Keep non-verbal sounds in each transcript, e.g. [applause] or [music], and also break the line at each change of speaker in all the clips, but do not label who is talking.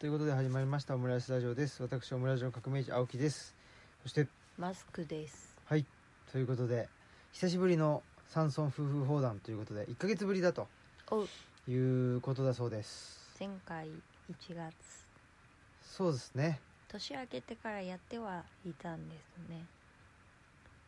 ということで始まりましたオムライスラジオです私オムライスの革命児青木ですそして
マスクです。
はいということで久しぶりの山村夫婦砲弾ということで1ヶ月ぶりだと
お
いうことだそうです
前回1月
そうですね
年明けてからやってはいたんですね。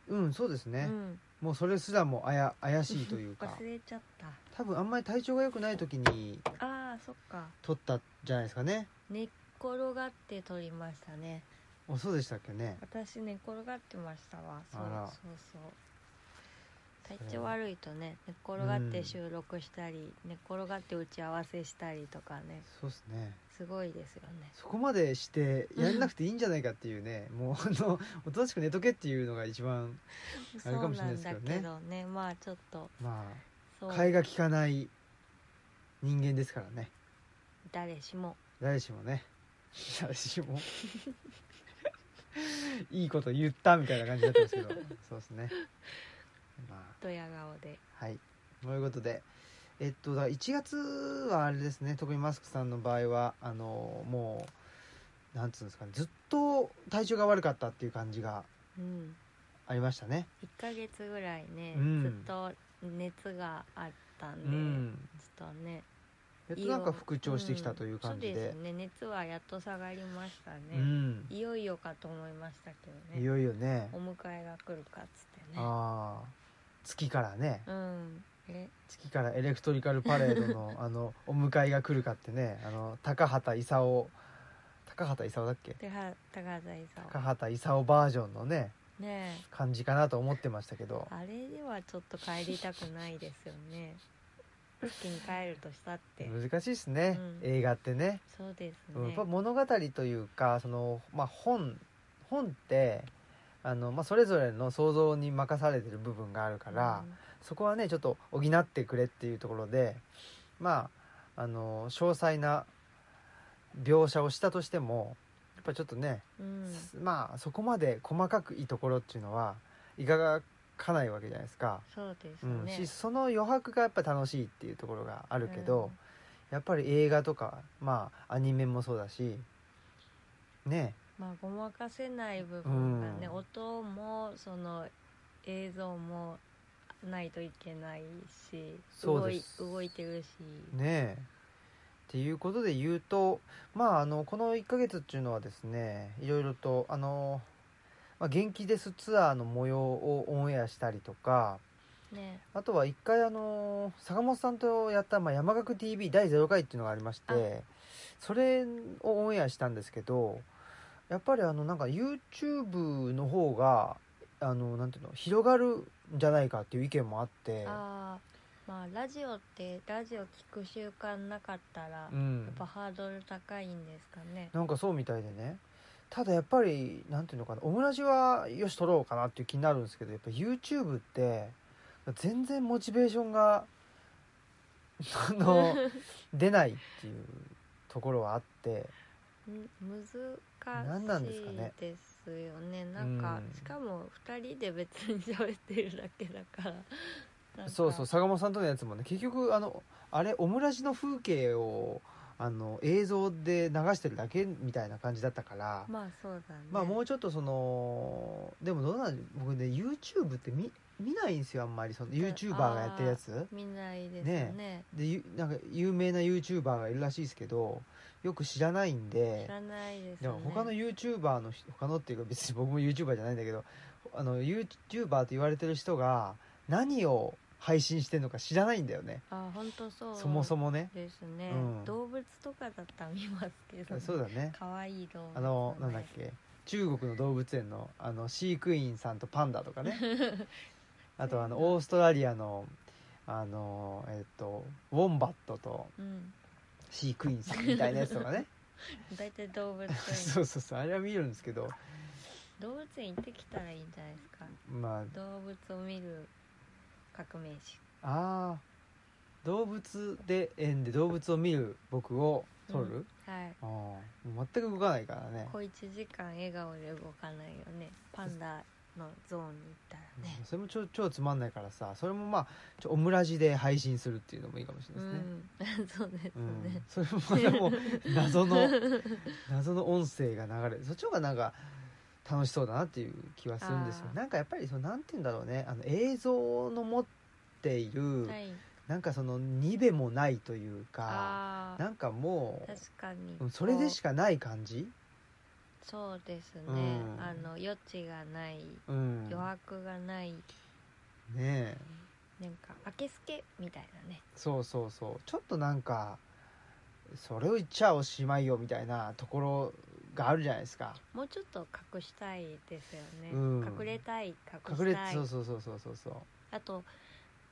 うんそうですね
う、ん、
もうそれすらもあや怪しいというか
忘れちゃった。
多分あんまり体調が良くない時に
ああそっか。
撮ったじゃないですかね
寝っ転がって撮りましたね。
おそうでしたっけね
私寝っ転がってましたわ。そう
あら
そうそう。体調悪いとね寝っ転がって収録したり、寝っ転がって打ち合わせしたりとかね
そうですね
すごいですよね。
そこまでしてやんなくていいんじゃないかっていうね、もうあのおとなしく寝とけっていうのが一番あ
そ
れか
う
もしれな
な
いで
ん
すけ
だ
どね
けどねまあちょっと
ま
そ
あ
う
替えが利かない人間ですからね
誰しも
誰しも
[laughs]
ね誰しも [laughs] いいこと言ったみたいな感じになってますけどそうですねま
ドヤ顔で。
あはいということでえっとだから1月はあれですね特にマスクさんの場合はあのもうなんつうんですかねずっと体調が悪かったっていう感じが
うん
ありましたね
1ヶ月ぐらいね、
うん
ずっと熱があったん
う
で、
ん
ちょっとね
やっとなんか復調してきたという感じ
うんそう
で
ですね熱はやっと下がりましたね、
うん
いよいよかと思いましたけど
い
ね
よいよね
お迎えが来るかっつってね
ああ月からね
うんえ
月からエレクトリカルパレード
[laughs]
のあのお迎えが来るかってねあの高畑勲高畑勲だっけ
では高橋さ
高畑勲バージョンのね
んねえ
感じかなと思ってましたけど
あれではちょっと帰りたくないですよね月に帰るとしたって、
難しいですね、
うん
映画ってね
そうです
うんや
ね
っぱ物語というかその、まあ、本本ってあの、まあ、それぞれの想像に任されてる部分があるから、そこはねちょっと補ってくれっていうところでまああの詳細な描写をしたとしてもやっぱりちょっとね、
うん、うん
まあそこまで細かくいいところっていうのはいかがかないわけじゃないですか、
そうです
うん
ね、
しその余白がやっぱり楽しいっていうところがあるけど、やっぱり映画とかまあアニメもそうだしね
まあごまかせない部分がね、
うん
音もその映像もないといけないし
そう
動
で
い
す
動いてるし、
ねえっていうことで言うとまああのこの1ヶ月っていうのはですねいろいろとあの、まあ、元気ですツアーの模様をオンエアしたりとか
ね
あとは一回あの坂本さんとやった「まあ、山岳 TV 第0回」っていうのがありましてそれをオンエアしたんですけどやっぱりあのなんか YouTube の方があのなんていうの広がるんじゃないかっていう意見もあって。
あーまあラジオってラジオ聞く習慣なかったら、
う
やっ
ん
ぱハードル高いんですかね、
なんかそうみたいでねただやっぱりなんていうのかなオムラジはよし撮ろうかなっていう気になるんですけどやっぱ YouTube って全然モチベーションがあの出ないっていうところはあって
ん
何なんですか
難
ね
しいですよねなんか、
うん
しかも2人で別に喋ってるだけだからなんか
そうそう坂本さんとのやつもね結局あのあれオムラジの風景をあの映像で流してるだけみたいな感じだったから。
まあそうだね
まあもうちょっとそのでもどうなん僕ね YouTube って見見ないんですよあんまりその YouTuber がやってるやつ
見ないです
ね
ね
でゆなんか有名な YouTuber がいるらしいですけどよく知らないんで
知らないです
だ
ね
から他の YouTuber の人他のっていうか別に僕も YouTuber じゃないんだけどあの YouTuber と言われてる人が何を配信してるのか知らないんだよね
あ本当そう
そもそ
も
もね
ですね、
うん
動物とかだったら見ますけど、
そうだね
可愛い動物
あのなんだっけ中国の動物園のあの飼育員さんとパンダとか [laughs] ねあとあのオーストラリアのあのえっ、とウォンバットと
うん
飼育員さんみたいなやつとかね
大体動物園
[laughs] そうそうそうあれは見るんですけど
動物園行ってきたらいいんじゃないですか
ま
動物を見る革命児
ああー動物で園で動物を見る僕を撮
う
る、
はい
ああもう全く動かないからね
小一時間笑顔で動かないよねパンダのゾーンに行ったらね、
それも超超つまんないからさそれもまあちょオムラジで配信するっていうのもいいかもしれ
う
ないですね、
ん [laughs] そうです
う
ね
ん、 [laughs] それもまたもう謎の謎の音声が流れるそっちの方がなんか楽しそうだなっていう気はするんですよ
あー
なんかやっぱりそのなんて言うんだろうねあの映像の持っている、
はい
なんかそのにべもないというか
あ
なんかもう
ー確かに
うんそれでし
こ
かない感じ、
うそうですね、
うん
あの余地がない
うん、
余白がない、
ねえ
なんか明けすけみたいなね
そうそうそうちょっとなんかそれを言っちゃおしまいよみたいなところがあるじゃないですか
もうちょっと隠したいですよね、
うん
隠れたい隠
隠
し
れ
たい
そうそうそうそうそうそう
あと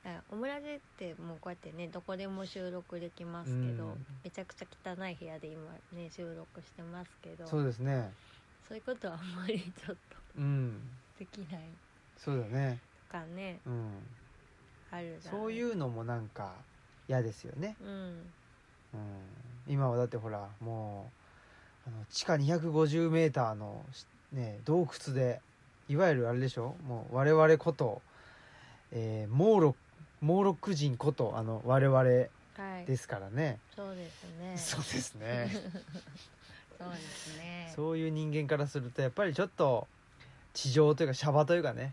あオムラジってもうこうやってねどこでも収録できますけど、
うん
めちゃくちゃ汚い部屋で今ね収録してますけど
そうですね
そういうことはあんまりちょっと
うん
できない
そうだね
とかね
うん
あるじゃん、
そういううのもなんか嫌ですよね、
うん、
うん、今はだってほらもうあの地下 250m のしね洞窟でいわゆるあれでしょもう我々こと、えー、モーロモーロック人ことあの我々
はい
ですからね、
そうですね
そうですね
そうですね
そういう人間からするとやっぱりちょっと地上というかシャバというかね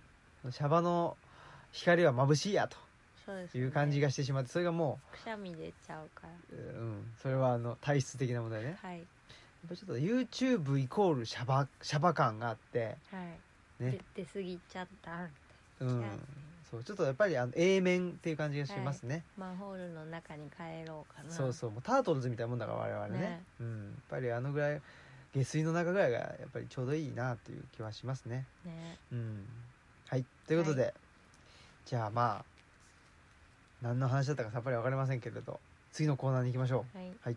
シャバの光は眩しいや
そうです
と
ね
いう感じがしてしまってそれがも
くしゃみ出ちゃうか
う、うん、それはあの体質的な問題ねや
らはい
っぱちょっと YouTube イコールシャバシャバ感があって
はい
ね、
出出過ぎちゃった
う
うん
ん、そうちょっとやっぱりあの A 面っていう感じがしますね、
マンホールの中に帰ろうかな
そうそうもうタートルズみたいなもんだから我々ね
ね
うん、やっぱりあのぐらい下水の中ぐらいがやっぱりちょうどいいなという気はしますね
ね
うん、はいということで、
は
じゃあまあ何の話だったかさっぱり分かりませんけれど次のコーナーに行きましょ
はい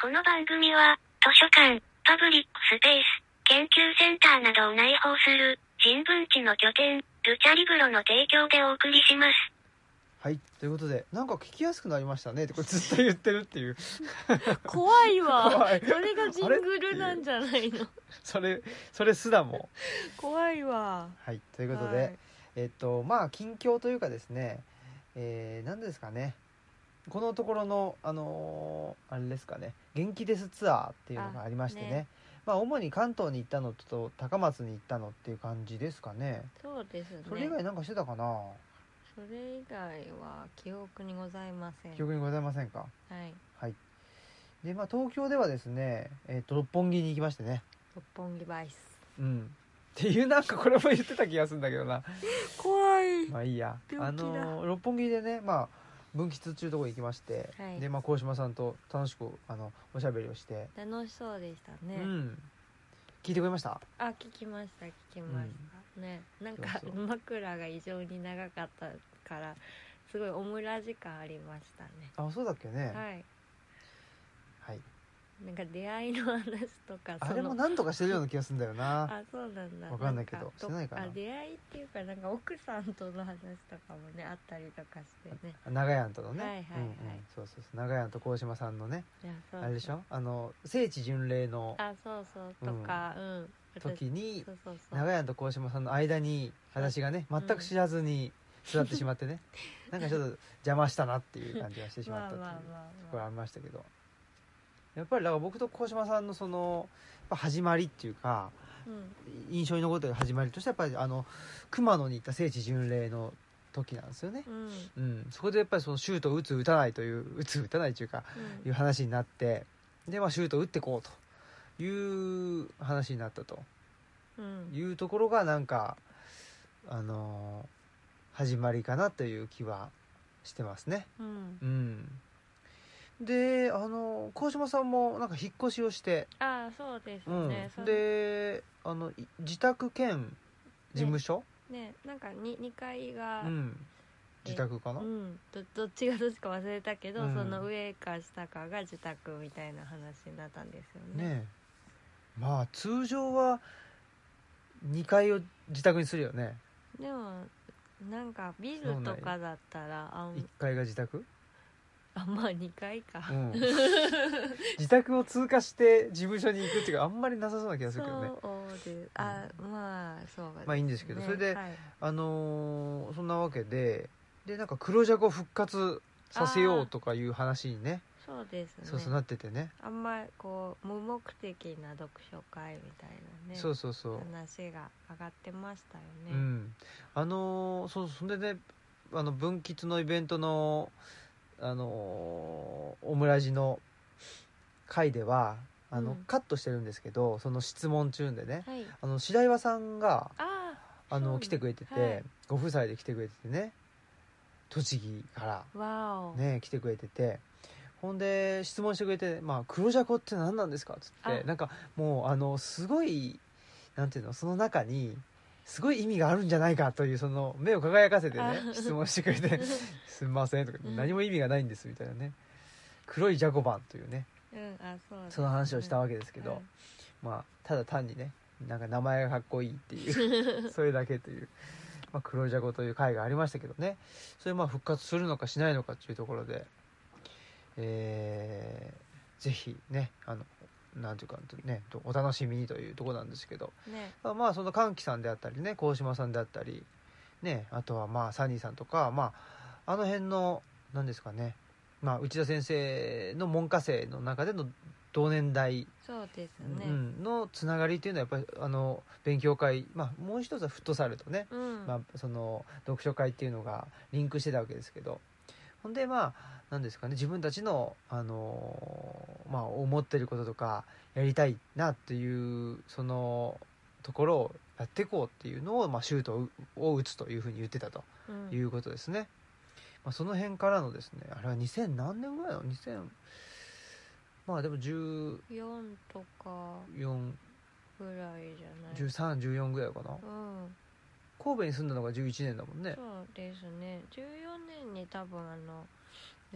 この番組は、図書館、パブリックスペース、研究センターなどを内包する、人文地の拠点、ルチャリブロの提供でお送りし
う
ます。
はいということでなんか聞きやすくなりましたねってこれずっと言ってるっていう
怖い
[laughs]
わ
怖い
それがジングルなんじゃないの
それそれすらも
怖いわ
はいということで、
はい
えっとまあ近況というかですねえー、何ですかねこのところのあのーあれですかね元気ですツアーっていうのがありましてね
あね
まあ主に関東に行ったのと高松に行ったのっていう感じですかね
そうですね
それ以外なんかしてたかな、
それ以外は記憶にございません
記憶にございませんか
はい
はいでまあ東京ではですね、えー、と六本木に行きましてね
六本木バイス
うんっていうなんかこれも言ってた気がするんだけどな
怖い
まあいいやあ
病気だ
のー六本木でねまあ分吉中とこ行きまして、
はい
でまあ鴻島さんと楽しくあのおしゃべりをして、
楽しそうでしたね、
うん聞いてくれました
あ聞きました聞きました、ねなんか
そうそ
枕が異常に長かったからすごいオムラジ感ありましたね
あそうだっけねはい、
はいなんか出会いの話とか
あれも
の
何とかしてるような気がするんだよな
[laughs] あそうなんだ
わかんないけど
か
してないかな
あ出会いっていうかなんか奥さんとの話とかもねあったりとかしてね
長屋とのね、
はいはいはい
うんうん、そうそうそう長屋と鴻島さんのね
いやそう
あれでしょあの聖地巡礼の
あそうそうとかうん、私
時に
そうそうそう
長屋と鴻島さんの間に私がね全く知らずに座ってしまってね、なんかちょっと邪魔したなっていう感じがしてしまったっていう
[laughs] まあまあ
ところ
まあまあ
ありましたけどやっぱりだから僕と鴻島さんのそのやっぱ始まりっていうか
うん
印象に残ってる始まりとしてはやっぱりあの熊野に行った聖地巡礼の時なんですよね。
うんうん
うん、そこでやっぱりそのシュートを打つ打たないという打つ打たないというかいう話になってで、まあ、シュート打ってこうという話になったと
うん
いうところがなんかあのー始まりかなという気はしてますね。
うん
うん、であの鴻島さんもなんか引っ越しをして、
ああそうです
うん
ね、そう
であのい自宅兼事務所、
ねなんかに二階が
う、ん、自宅かな、
うん、どどっちがどっちか忘れたけど、
うん
その上か下かが自宅みたいな話になったんですよね
ねえまあ通常は2階を自宅にするよね
でもなんかビルとかだったらあ
1
ん
階が自宅、
あまあ2階か、 [laughs]
うん、自宅を通過して事務所に行くっていうかあんまりなさそうな気がす
そ
るけどね
うですあ、まあそうですね
まあいいんですけどそれで
はい
あのーそんなわけででなんか黒ジャコを復活させようとかいう話にね
そうですね
そうそうなっててね
あんまりこう無目的な読書会みたいなね
そうそうそう、
話が上がってましたよ
う
ね、
ん、あのーそうそれでねあの文吉のイベントのあのーオムラジの回ではあの、
うん
カットしてるんですけどその質問中でね
はい
あの白岩さんがあ
あそう
の
ね
来てくれてて、
はい
ご夫妻で来てくれててね栃木から
あわお、
ね来てくれててほんで質問してくれて「まあ、黒ジャコって何なんですか?」っつって
あ
なんかもうあのすごいなんていうのその中にすごい意味があるんじゃないかというその目を輝かせてね
あ
質問してくれ
[laughs]
て「すみません」とか「
うん
何も意味がないんです」みたいなね「黒いジャコバン」というね
うんあそうです
その話をした
うん
わけですけど、
はい
まあただ単にねなんか名前がかっこいいっていうそれだけという。まあ、黒ジャコという回がありましたけどねそれまあ復活するのかしないのかっていうところで、えーぜひねあのなんていうかねお楽しみにというところなんですけど
ね
まあまあその歓喜さんであったりね鴻島さんであったりねあとはまあサニーさんとかまああの辺の何ですかねまあ内田先生の文科生の中での同年代
そうです
う
ね
んのつながりっていうのはやっぱりあの勉強会まあもう一つはフットサルとね
うん、
まあ、その読書会っていうのがリンクしてたわけですけどほんでまあ何ですかね自分たちの、あのーまあ、思ってることとかやりたいなっていうそのところをやっていこうっていうのを、まあ、シュートを打つというふうに言ってたと
うん
いうことですね。まあ、その辺からのですねあれは2000何年ぐらいの2000まあでも1413
四とかぐらいじゃない
14ぐらいかな
うん
神戸に住んだのが11年だもんね
そうですね14年に多分あの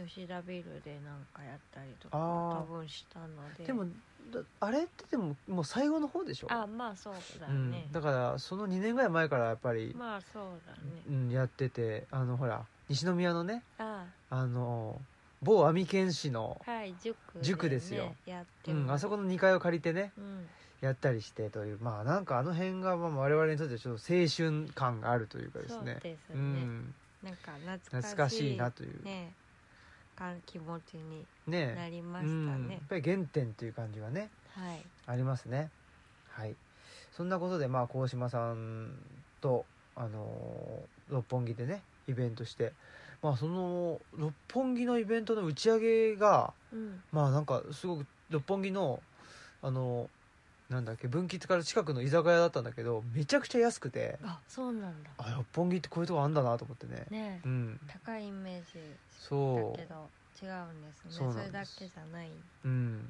吉田ビルでなんかやったりとか
あー
多分したので
でもだあれってでももう最後の方でしょ
あまあそうだ
うん
ね、
だからその2年ぐらい前からやっぱり、
まあそうだね
うん、やっててあのほら西宮のね
あ
あの某網県市の、
はい塾で、ね、
塾ですよ
やって
うん、あそ
こ
この2階を借りてね
うん
やったりしてというまあなんかあの辺がまあ我々にとってちょっと青春感があるというかです
そう
ね
ですね、
うん、
なんか懐かしい
懐かしいなというね
ねか気持ちに
ね
なりま
う
した
ん、や
ね
っ、ぱり原点という感じがね
はい
ありますねはいそんなことでまあ鴻島さんと、あのー六本木でねイベントしてまあその六本木のイベントの打ち上げが
うん
まあなんかすごく六本木のあのーなんだっけ分岐から近くの居酒屋だったんだけどめちゃくちゃ安くて
あそうなんだ
あ六本木ってこういうとこあんだなと思ってね
ね
うん
高いイメージだ
そ
けど違うんですね
そう
そ
な
れ
ん
だ
で
け
す
じゃない
うんうん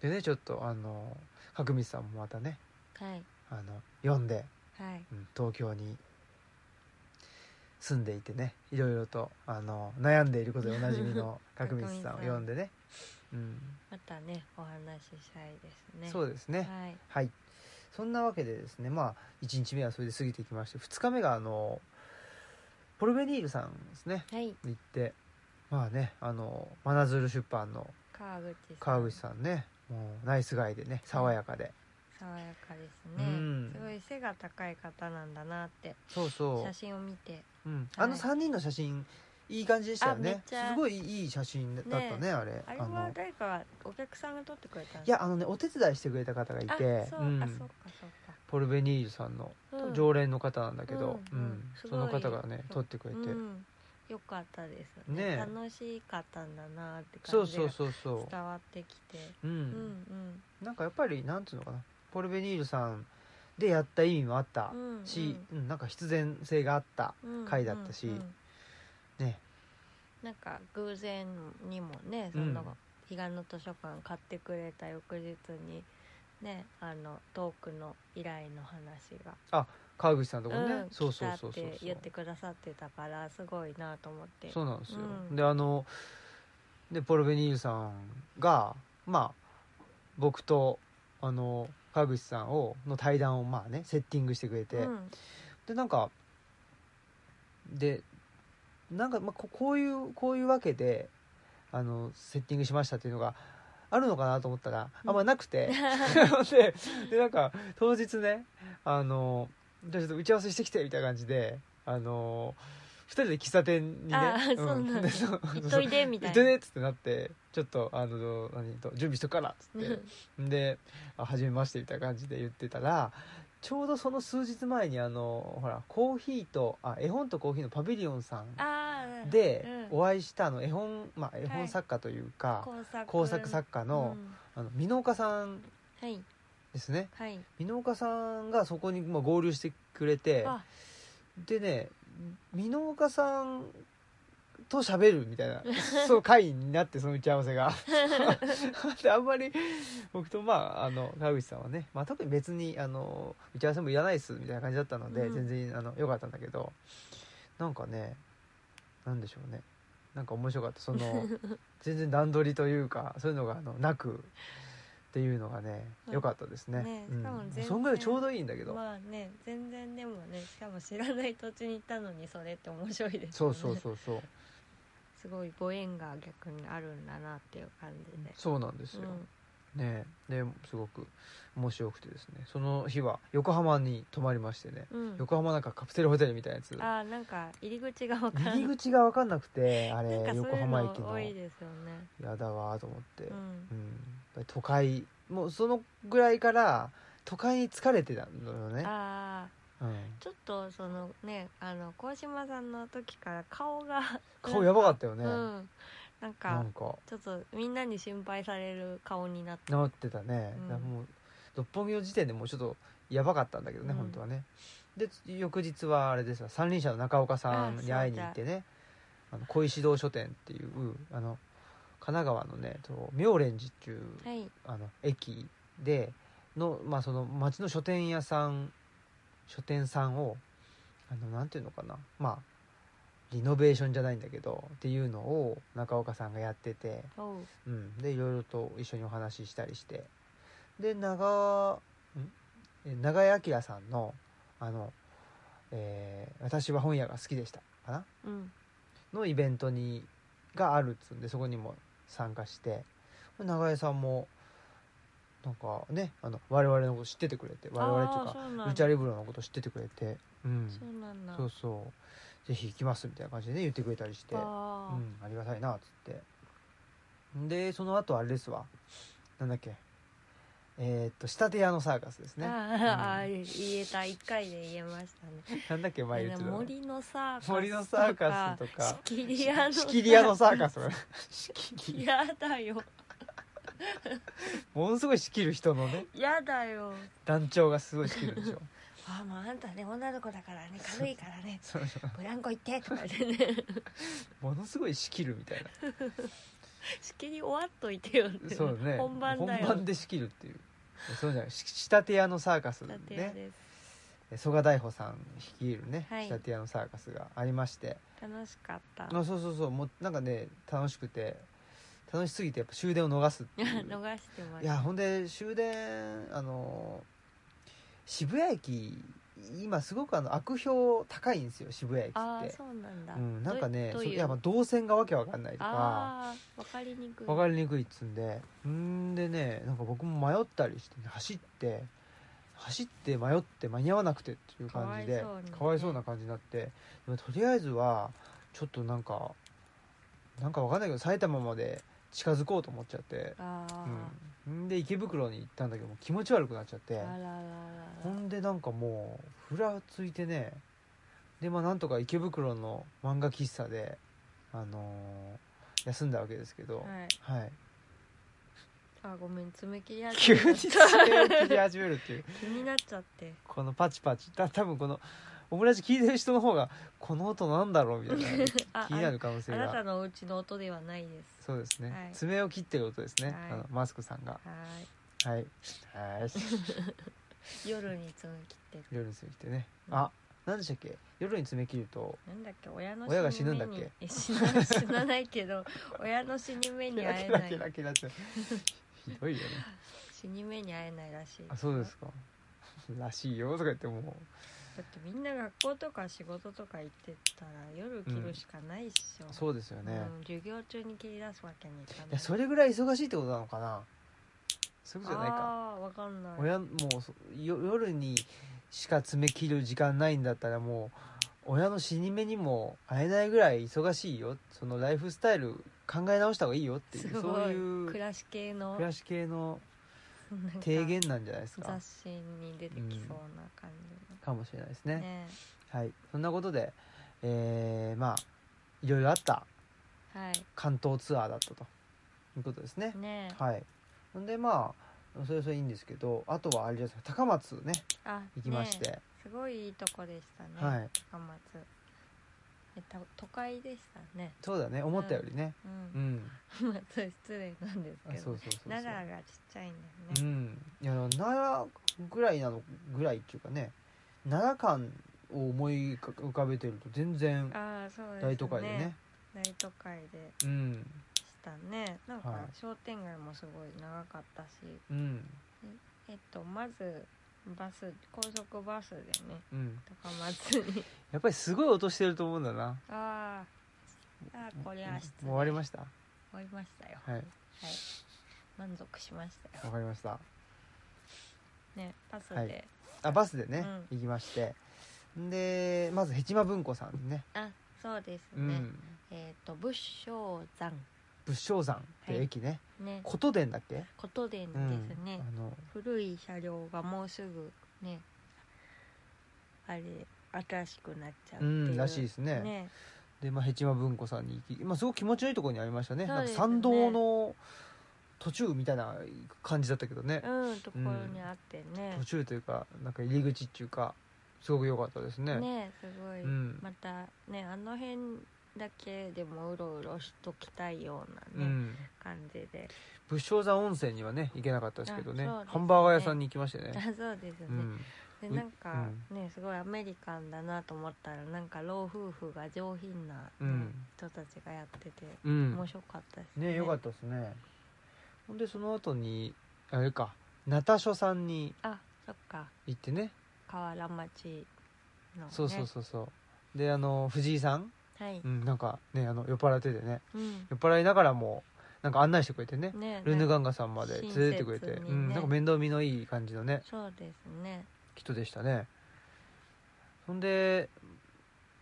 でねちょっとあのー角光さんもまたね
はい
あの読んで
はい
うん東京に住んでいてねいろいろとあの悩んでいることでおなじみ
[laughs]
の角光さんを
角光さん
呼んでね、うん
またねお話ししたいですね
そううですね
はい
はいそんなわけでですねまあ1日目はそれで過ぎていきまして2日目があのポルベニールさんですね
はい
行ってまあねあの真鶴出版の
川口さん
川口さんねもうナイスガイでね爽やかで、
爽やかですね、
うん
すごい背が高い方なんだなって
そうそ
写真を見て
う、うん、あの
はい
3人の写真いい感じでしたよ
あめっ
ねす
ちゃ
ごいいい写真だったね
ね
あれ
あれ
あの
は誰かがお客さんが撮ってくれたん
いやあのねお手伝いしてくれた方がい
あ
て
そう、
うん
あそうかそう
ポルベニールさんの、
か、うん、
常連の方なんだけど、う
う
んん
うんす
そ
ごい
の方がね撮ってくれて、
うん、よかったですね
ね
楽しかったんだなって
そ
感
う
じ
そ
が
うそうそ
伝わってきて
う、うん
ううん
なんかやっぱりなんていうのかなポルベニールさんでやった意味もあった
うん
し、うんなんか必然性があった、
うん
回だったし
うんうん
ね
なんか偶然にもねそ
うん
の彼岸の図書館買ってくれた翌日にねあのトークの依頼の話が
川口さんのとこね、
うん
そう
来
そう
たっ
そうそう
て言ってくださってたからすごいなと思って
そうなんですよ、
うん
であのでポルベニールさんがまあ僕とあの川口さんをの対談をまあねセッティングしてくれて、
うん
でなんかでなんか、まあ、ここういうこういうわけであのセッティングしましたっていうのがあるのかなと思ったらあんま
うん
なく
[laughs]
て、ででなんか当日ねあのじゃあちょっと打ち合わせしてきてみたいな感じであの2人で喫茶店にね
あーそうなんだ
でそう
行っといでみた
行
い
っとい
な
でっつってなってちょっとあの何と準備しとくからっつ
う
っ
ん [laughs]
てで「あ初めまして」みたいな感じで言ってたらちょうどその数日前にあのほらコーヒーとあ絵本とコーヒーのパビリオンさん
あー
で
うん
お会いしたあの絵本、まあ、絵
は
本
い
作家というか、
工作
工作作家の,、
うん
あの美濃岡さん
はい
ですね
はい
美濃岡さんがそこにまあ合流してくれて
あ
でね美濃岡さんと喋るみた
[laughs]
いなそう会になってその打ち合わせがであんまり僕とまああの川口さんはね、まあ、特に別にあの打ち合わせもいらないっすみたいな感じだったので、
うん
全然あの良かったんだけどなんかねなんでしょうねなんか面白かったそ
[laughs]
の全然段取りというかそういうのがあのなくっていうのがね
うん
良かったですね。
ね
うん
しかも全然
そんぐらいちょうどいいんだけど、
まあね全然でもねしかも知らない土地に行ったのにそれって面白いですよね
そうそうそうそう
すごいご縁が逆にあるんだなっていう感じで
そうなんですよ。
うん
ねですごく面白くてですねその日は横浜に泊まりましてね、
うん
横浜なんかカプセルホテルみたいなやつ
あーなんか入り口が分からない
入り口が分かんなくてあ
[laughs] なん
れ
かそう
横
いう
浜駅
の
の
多い
や
ですよね
だわーと思って、う
うんん
やっぱり都会もうそのぐらいから都会に疲れてたのよね、
ああ
うん、
ちょっとそのねあの鴻島さんの時から顔が
[laughs] 顔やばかったよ
う
ね、
んなん
な
か
んか
ちょっとみんなに心配される顔になって
治ってたね、
うん
だからもう六本木の時点でもうちょっとやばかったんだけどね、
うん
本当はねで翌日はあれですわ三輪車の中岡さんに会いに行ってねあの小石堂書店っていうあの神奈川のねと妙蓮寺っていう、
はい
あの駅での,、まあ、その町の書店屋さん書店さんをあのなんていうのかなまあリノベーションじゃないんだけどっていうのを中岡さんがやってて。
おう
うん、でいろいろと一緒にお話ししたりしてで長んえ長井明さんの「あの、えー私は本屋が好きでした」かな
うん
のイベントにがあるっつうんでそこにも参加して長井さんもなんかねあの我々のこと知っててくれて我々っていう
あー
か
そうなんだ
ルチャリブロのこと知っててくれて、うん、
そうなんだ
そうそうぜひ行きますみたいな感じで、ね、言ってくれたりして。
あー
うん、ありがたいなっつってでその後あれですわなんだっけえーっと仕立て屋のサーカスですね
あーあー言えた一回で言えましたね
なんだっけ前言ってたの
森のサーカスとか
森のサーカスとか
仕切り屋の
仕切り屋のサーカス
[laughs]
仕切り
やだよ
ものすごい仕切る人のね
やだよ
団長がすごい仕切るんでしょ
あーもうあんたね女の子だからね軽いからね
そうそう
ブランコ行ってとか言ってね
ものすごい仕切るみたいな
しきり終わっといてよって
そうね
本番だよ
本番で仕切るっていうそうじゃないし仕立て屋のサーカス
立て屋
ね
です
曽我大穂さん率いるね、
はい
仕立て屋のサーカスがありまして
楽しかった
あそうそうそうもうなんかね楽しくて楽しすぎてやっぱ終電を逃すっていう
[laughs] 逃してま
い
した
やほんで終電あの渋谷駅今すごくあの悪評高いんですよ渋谷駅
あ
っ
ー
て
そうなんだ、
うん、なんかねそう
ど
う
どういう
いやまあ動線がわけわかんないとか
ああわかりにくい
わかりにくいっつんでうんでねなんか僕も迷ったりしてね、走って走って迷って間に合わなくてっていう感じで
かわいそうにね
かわいそうな感じになってでもとりあえずはちょっとなんかなんかわかんないけど埼玉まで近づこうと思っちゃって、
ああ、
うん、んで池袋に行ったんだけどもう気持ち悪くなっちゃって
あららら
ほんでなんかもうふらついてねでまあなんとか池袋の漫画喫茶であのー休んだわけですけど、
らはい
はい、
あごめん爪切り
急
始め
に
ち
爪
ゃっ
を切り始めるっていう
た気になっちゃって
このパチパチた多分このオムラジ聞いてる人の方がこの音なんだろうみたいな
[laughs] あ
[laughs] 気になる可能
あ
性
あなた
が
のお家の音ではないです
そうですね、
はい
爪を切ってる音ですね、
はい
あのマスクさんが
はー
はいはい
い夜に爪切って
夜に爪切ってねあ何でしたっけ夜に爪切ると
なんだっけ親の
親が死ぬんだっけ
目にえ死な死なないけど親の死に目
キ
に
ラ
会
キ
え
ラ
ない
キ [laughs] ラキラって
[laughs]
ひどいよね
死に目に会えないらしい
あそうですからしいよとか言ってもう
だってみんな学校とか仕事とか行ってたら夜切るるしかないっしょ、
そうですよね、
うん授業中に切り出すわけにいかない
いやそれぐらい忙しいってことなのかなそういうことじゃないか
あーわかんない
親もうそよ夜にしか詰め切る時間ないんだったらもう親の死に目にも会えないぐらい忙しいよそのライフスタイル考え直した方がいいよってい
す
う
ごい
そういう
暮らし系の
暮らし系の
なんか
提言なんじゃないですか
雑誌に出てきそうな感
かもしれないです
じ、
ね
ね
はいそんなことでえーまあいろいろあった
は
関東ツアーだったということですね
いね
はいほんでまあそれはそれいいんですけどあとはあれじゃないですか高松ね
あ
行きまして、
ねすごいいいとこでしたね、
はい
高松えと都会でしたね
そうだね思ったよりね
う、
うんん、
まあ [laughs] それ失礼なんです
あ
け
そ
ど
うそうそうそう
奈良がちっちゃいんだよ
う
ね、
んいや奈良ぐらいなのぐらいっていうかね奈良間を思い浮かべてると全然
ああそうですね
大都会でね
大都会で
うん
したねなん
は
か
い
商店街もすごい長かったし、
うん
えっとまずバス高速バスでね
うん
高松
[laughs]
に
やっぱりすごい音してると思うんだな
あーあーこりゃ
も
失
う
礼
終わりました
終わりましたよ
はい
はい満足しました
わ
よ
かりました
ねバスで、
はいあバスでね、
う
行きましてんでまずヘチマ文庫さんですね
あそうです
う
ね、
ん
えっ、と仏性山
仏性山っていう駅ね、
ね
琴殿だっけ、
ことでん
うん、
ですね、
あの
古い車両がもうすぐねあれ新しくなっちゃうって
う
いう、
んらしいですね
ね
で、まあ、ヘチマ文庫さんに行き、まあ、すごく気持ちのいいところにありましたね
そう
なんか
ですね
参道の途中みたいな感じだったけどね、
うんところにあってね
途、中というかなんか入り口っていうかすごく良かったですね
ねすごい、
うん
またねあの辺だけでもうろうろしときたいよう
う
なね、
ん、
感じで、
仏性山温泉にはね行けなかったですけどね
あそうですね
ハンバーガー屋さんに行きましてね
あそうですね、
うん、
で
う
なんかねすごいアメリカンだなと思ったらなんか老夫婦が上品なね、
うん
人たちがやってて
うん
面、白かったです
ね良かったですねほんでその後にあれかナタショさんに
たあそっか
行ってね
河原町の、ね、
そうそうそうそうであの藤井さん、
はい、
うん、なんかねあの酔っ払っててね
うん、
酔っ払いながらもなんか案内してくれてね
ね
ルヌガンガさんまで連れてってくれて、
親切に
う
ね
ん、なんか面倒見のいい感じのね
そうですね
人でしたねそんで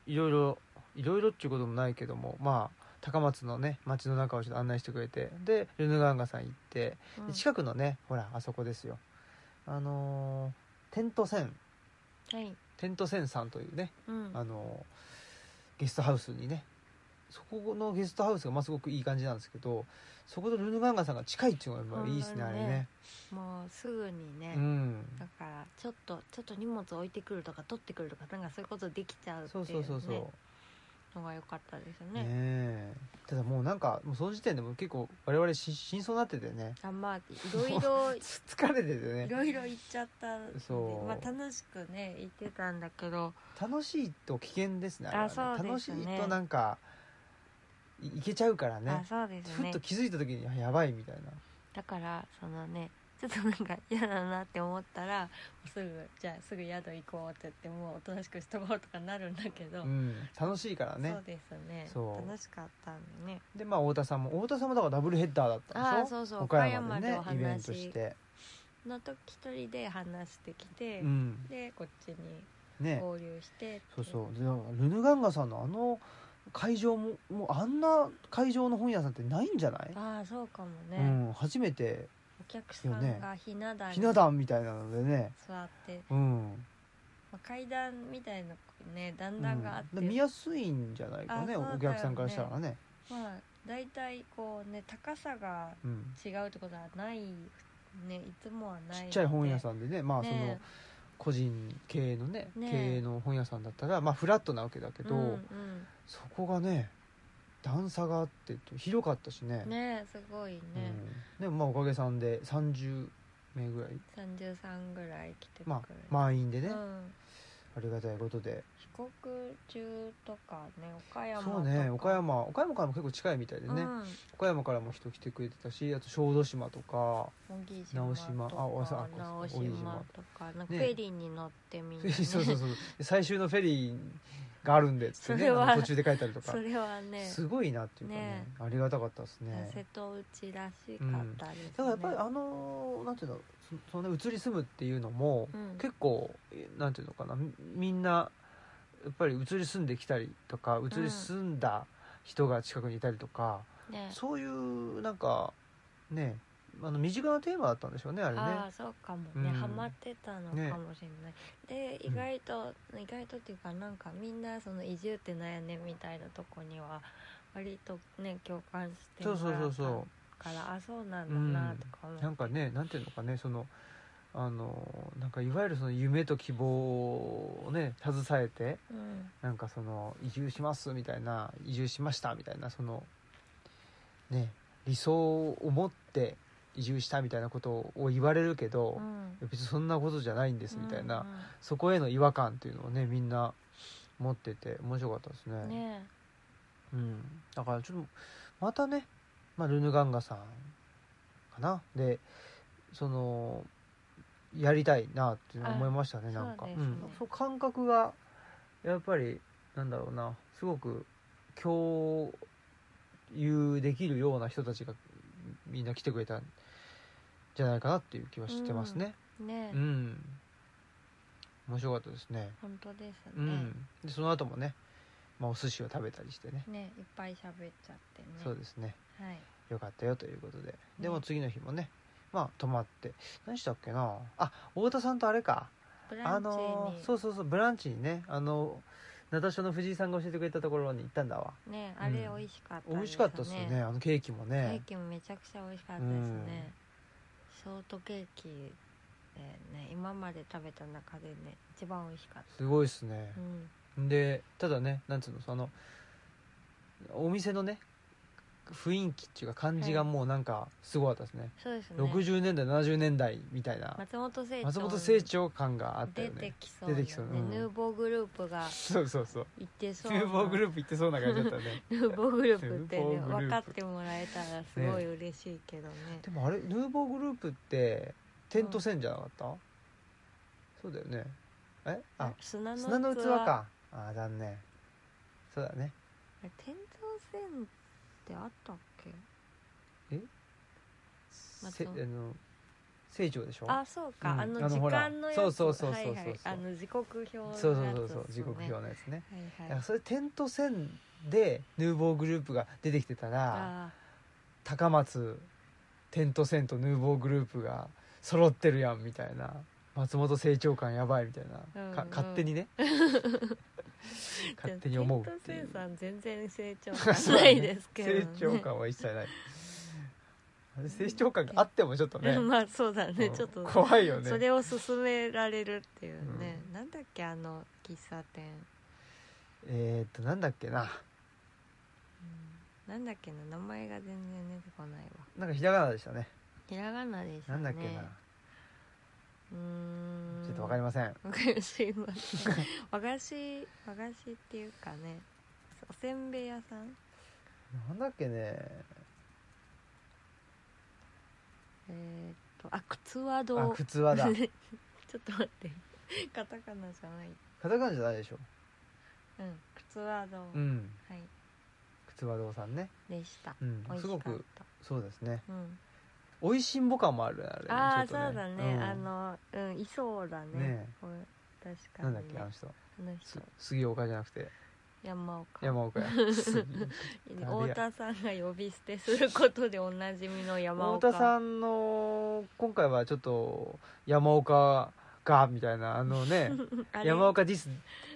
いろいろいろいろっていうこともないけどもまあ高松のね町の中をちょっと案内してくれてでルヌガンガさん行って
うん
で近くのねほらあそこですよあのーテントセン
はい、
テントセンさんというね
うん、
あのゲストハウスにねそこのゲストハウスがまあすごくいい感じなんですけどそことルヌガンガさんが近いっていうのがやっぱいいですねあ
本
れ
当に
ね
ねもうすぐにね、
うん
だからちょっとちょっと荷物置いてくるとか取ってくるとかなんかそういうことできちゃうって
そ
いうう、ね、
そうそうそう
のが良かったです
ね
ね
えただもうなんかもうその時点でもう結構我々し真相になっててね
あまあいろいろ
疲れてて
い
ね
ろいろ行っちゃったんで
そう
まあ、楽しくね行ってたんだけど
楽しいと危険ですねあれはね
あそう
楽
で
し
すね
いとなんかいいけちゃうから
あ
ね
そうです
ふっ
ね
と気づいた時にあやばいみたいな
だからそのねちょっとなんか嫌だなって思ったらもうすぐじゃあすぐ宿行こうって言ってもうおとなしくしとこうとかなるんだけ
う
ど、
ん楽しいからね
そうですね
そう
楽しかったんでね
でまあ太田さんも太田さんもだからダブルヘッダーだったんでしょ
あーそうそう
岡山でね
岡
イ
山でお
ベン
話
トして、
の時一人で話してきて、
うん、
でこっちに
ね
合流して
そうそうでだからルヌガンガさんのあの会場ももうあんな会場の本屋さんってないんじゃない、
ああそうかもね、
うん、初めて
お客さんがひな壇に
ひな壇みたいなのでね、
座って、
うん、
まあ、階段みたいなね
う
段
ん
々があって、
だ見やすいんじゃないかね
あそうだよ
お
ね
客さんからしたらね、
まあ大体こうね高さが
うん、
違うってことはないねいつもはない
ちっちゃい本屋
ん
さんでねまあその
ね
個人経営のね
ね
経営の本屋さんだったらまあフラットなわけだけど、
うんうん
そこがね段差があってと広かったしね
ねすごいね、
うん、でもまあおかげさんで30名ぐらい、
33ぐらい来てくれる、
まあ、満員でね、
う
あ
ん、
りがたいことで
帰国中とかね岡山と
そ
か
うね岡山岡山からも結構近いみたいでね、
うん、
岡山からも人来てくれてたしあと小豆島とか
小木
直
島
島
と
あおさ
か
あ
直
小木島
島とかなんかフ
ね [laughs]
ェリーに乗ってみんな、ね
そうそうそうで最終のフェリーがあるんでっつって
そ
ね
れは
あの途中で書いたりとか
そ、れはね
すごいなっていうかね
ね
ありがたかったですね
瀬戸内らしかったですね、
だからやっぱりあのなんていうのそそんな移り住むっていうのも、
うん
結構えなんていうのかなみみんなやっぱり移り住んできたりとか移り住んだ人が近くにいたりとか、
ね
そういうなんかねあの身近なテーマだったんでしょうねあれね。
ああそうかもね、
うん
ハマってたのかもしれ
ね
ない、で意外と、意外とっていうかなんかみんなその移住ってなんやねんみたいなとこには割とね共感して
そうそうそう
もらっ
そ
たからあそうなんだなとか
うな
思っ
んかねなんていうのかねそのあのなんかいわゆるその夢と希望をね携えて
て、うん
なんかその移住しますみたいな移住しましたみたいなそのね理想を持って移住したみたいなことを言われるけど
う、ん
別にそんなことじゃないんですみたいな、
うん
そこへの違和感っていうのをねみんな持ってて面白かったですね
うんね
うん、だからちょっとまたね、まあ、ルヌガンガさんかなでそのやりたいなっていうのを思いましたね
あ
なんか
そううですね
ん、そう感覚がやっぱりなんだろうなすごく共有できるような人たちがみんな来てくれたんじゃないかなっていう気はしてますね。
ね、
うん、面白かったですね。
本当ですね、
うん、でその後もね、まあ、お寿司を食べたりしてね
ねいっぱい喋っちゃってね
そうですね
はい
よかったよということでで
ね
も次の日もねまあ泊まって何したっけなあ太田さんとあれか
ブラ
あ
ンチに、
のそうそうそうブランチにねあのナタショの藤井さんが教えてくれたところに行ったんだわ
ねあれ
うん
美味しかったですね、
美味しかったですよねあのケーキも
ケー
ね
キもめちゃくちゃ美味しかったですね、ショートケーキでね今まで食べた中でね一番美味しかっ
すごいですね
た、うん、
でただねなんつうのそのお店のね雰囲気っていうか感じが
はい
もうなんかすごかったですね、
そうですね
60年代70年代みたいな
松本清張
松本清張感があったよ
出
ね
てきそうな
出てきそう
ね
うん
ヌーボーグループが
そうそうそう
行ってそうな
厨房グループ行ってそうな感じだったね
[laughs] ヌーボーグループって
ヌ
ね
ーボーグループ
分かってもらえたらすごい嬉しいけどね
でもあれヌーボーグループってテント戦じゃなかった、そうだよねえあ
砂の
砂の器かあー残念そうだね
あれ天井線ってあったっけまあ
せあ
そう
の成長でしょ
あそうか、
うん
あの
あの
時
ほら
間のやつ
そうそうそうそうそう
はいはい、あの時刻表のやつ
そうそうそうそう
です
時
ね
刻表のやつね
はい
だから
はい
それテント戦でヌーボーグループが出てきてたら
あ
高松テント戦とヌーボーグループが揃ってるやんみたいな松本清張感やばいみたいな、
うんうん
か勝手に
[laughs]
ね勝手に思うっていう
テント生産全然成長感ないですけど、ね、
成長感は一切ないあれ成長感があってもちょっとね
[laughs] まあそうだね、
うん
ちょっと
怖いよね
それを勧められるっていうね、なんだっけあの喫茶店、
えーっとなんだっけな
うん、なんだっけな名前が全然出てこないわ
なんかひらがなでしたね
ひらがなでした
な
ね
んだっけな、
うーん
ちょっとわかりません
わかりすいません和菓子和菓子っていうかねおせんべい屋さん
なんだっけね
えーっとあ靴輪堂
あ靴輪だ
[laughs] ちょっと待ってカタカナじゃない
カタカナじゃないでしょ
うん靴輪堂、
う
は
ん
い
靴和堂さんね
でした
うん
美味
す
しか
ご
った
くそうですね
うん、
美味しんぼ感もあるねあれね
ああ、
ち
そ
ょっ
う
と
だね、
うん
あのうんいそうだね
ね
これ確
な
か
んだっ
に、
け
ね、
あの人
あの
す
人
杉岡じゃなくて
山岡
山
[laughs]
岡や杉岡
太田さんが呼び捨てすることでおなじみの山岡
太田さんの今回はちょっと山岡がみたいなあのね
[laughs] あれ
山岡ディス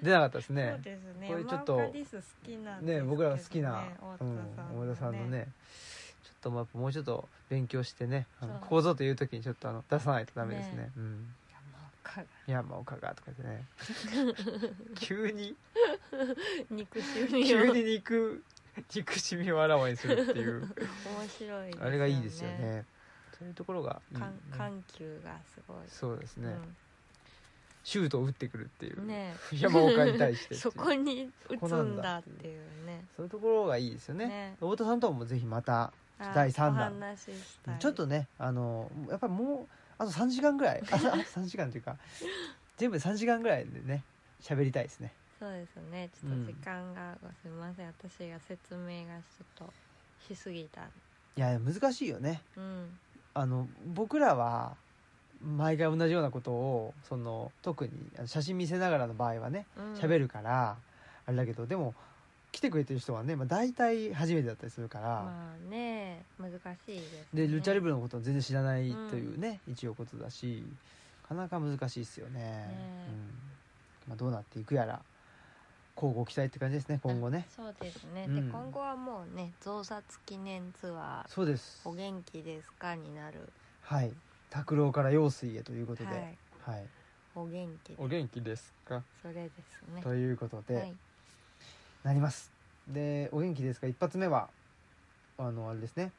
出なかったです
そう
ね
ですね。
これちょっと
山岡リス好きなんですけ
ね
ど
僕らが好きな、
ね
うん
太田さん,、
太田さんの。ねちょっとまあもうちょっと勉強してねあの
そう
ここぞという時にちょっとあの出さないとダメですね
ね
うん、
山岡が
山岡がとか言ってね
[laughs]
急に
憎しみを
急
面
に肉憎しみをあらわにするって
[laughs]
いう
白いですよね。
あれがいいですよね。そういうところがいい、ね
かん。緩急がすごい。
そうですね、
うん
シュートを打ってくるっていう、
ね
山岡に対してっていう
[laughs] そこに打つんだっていうね。
そういうところがいいですよね
ね
太田さんともぜひまた
あ
第三弾
お話ししたい。
ちょっとねあのやっぱりもうあと3時間ぐらいあさあ3時間というか全部で3時間ぐらいでね喋りたいですね
そうですねちょっと時間が、すみません私が説明がちょっとしすぎた
いや難しいよね
うん
あの僕らは毎回同じようなことをその特にあの写真見せながらの場合はね
うん
喋るから、あれだけどでも来てくれてる人はね、まあ、大体初めてだったりするから、
まあね難しいです、ね、
でルチャリブロのことを全然知らないというね、一応ことだしなかなか難しいですよね
ね
うんまあ、どうなっていくやら交互期待って感じですね今後ね
あそうですね、
う
で
ん
今後はもうね増刷記念ツアー
そうです
お元気ですかになる
はい拓郎から陽水へということで、
は
はい
いお元気で
お元気ですか
それですね
ということで、
はい
なりますでお元気ですか一発目はあのあれですね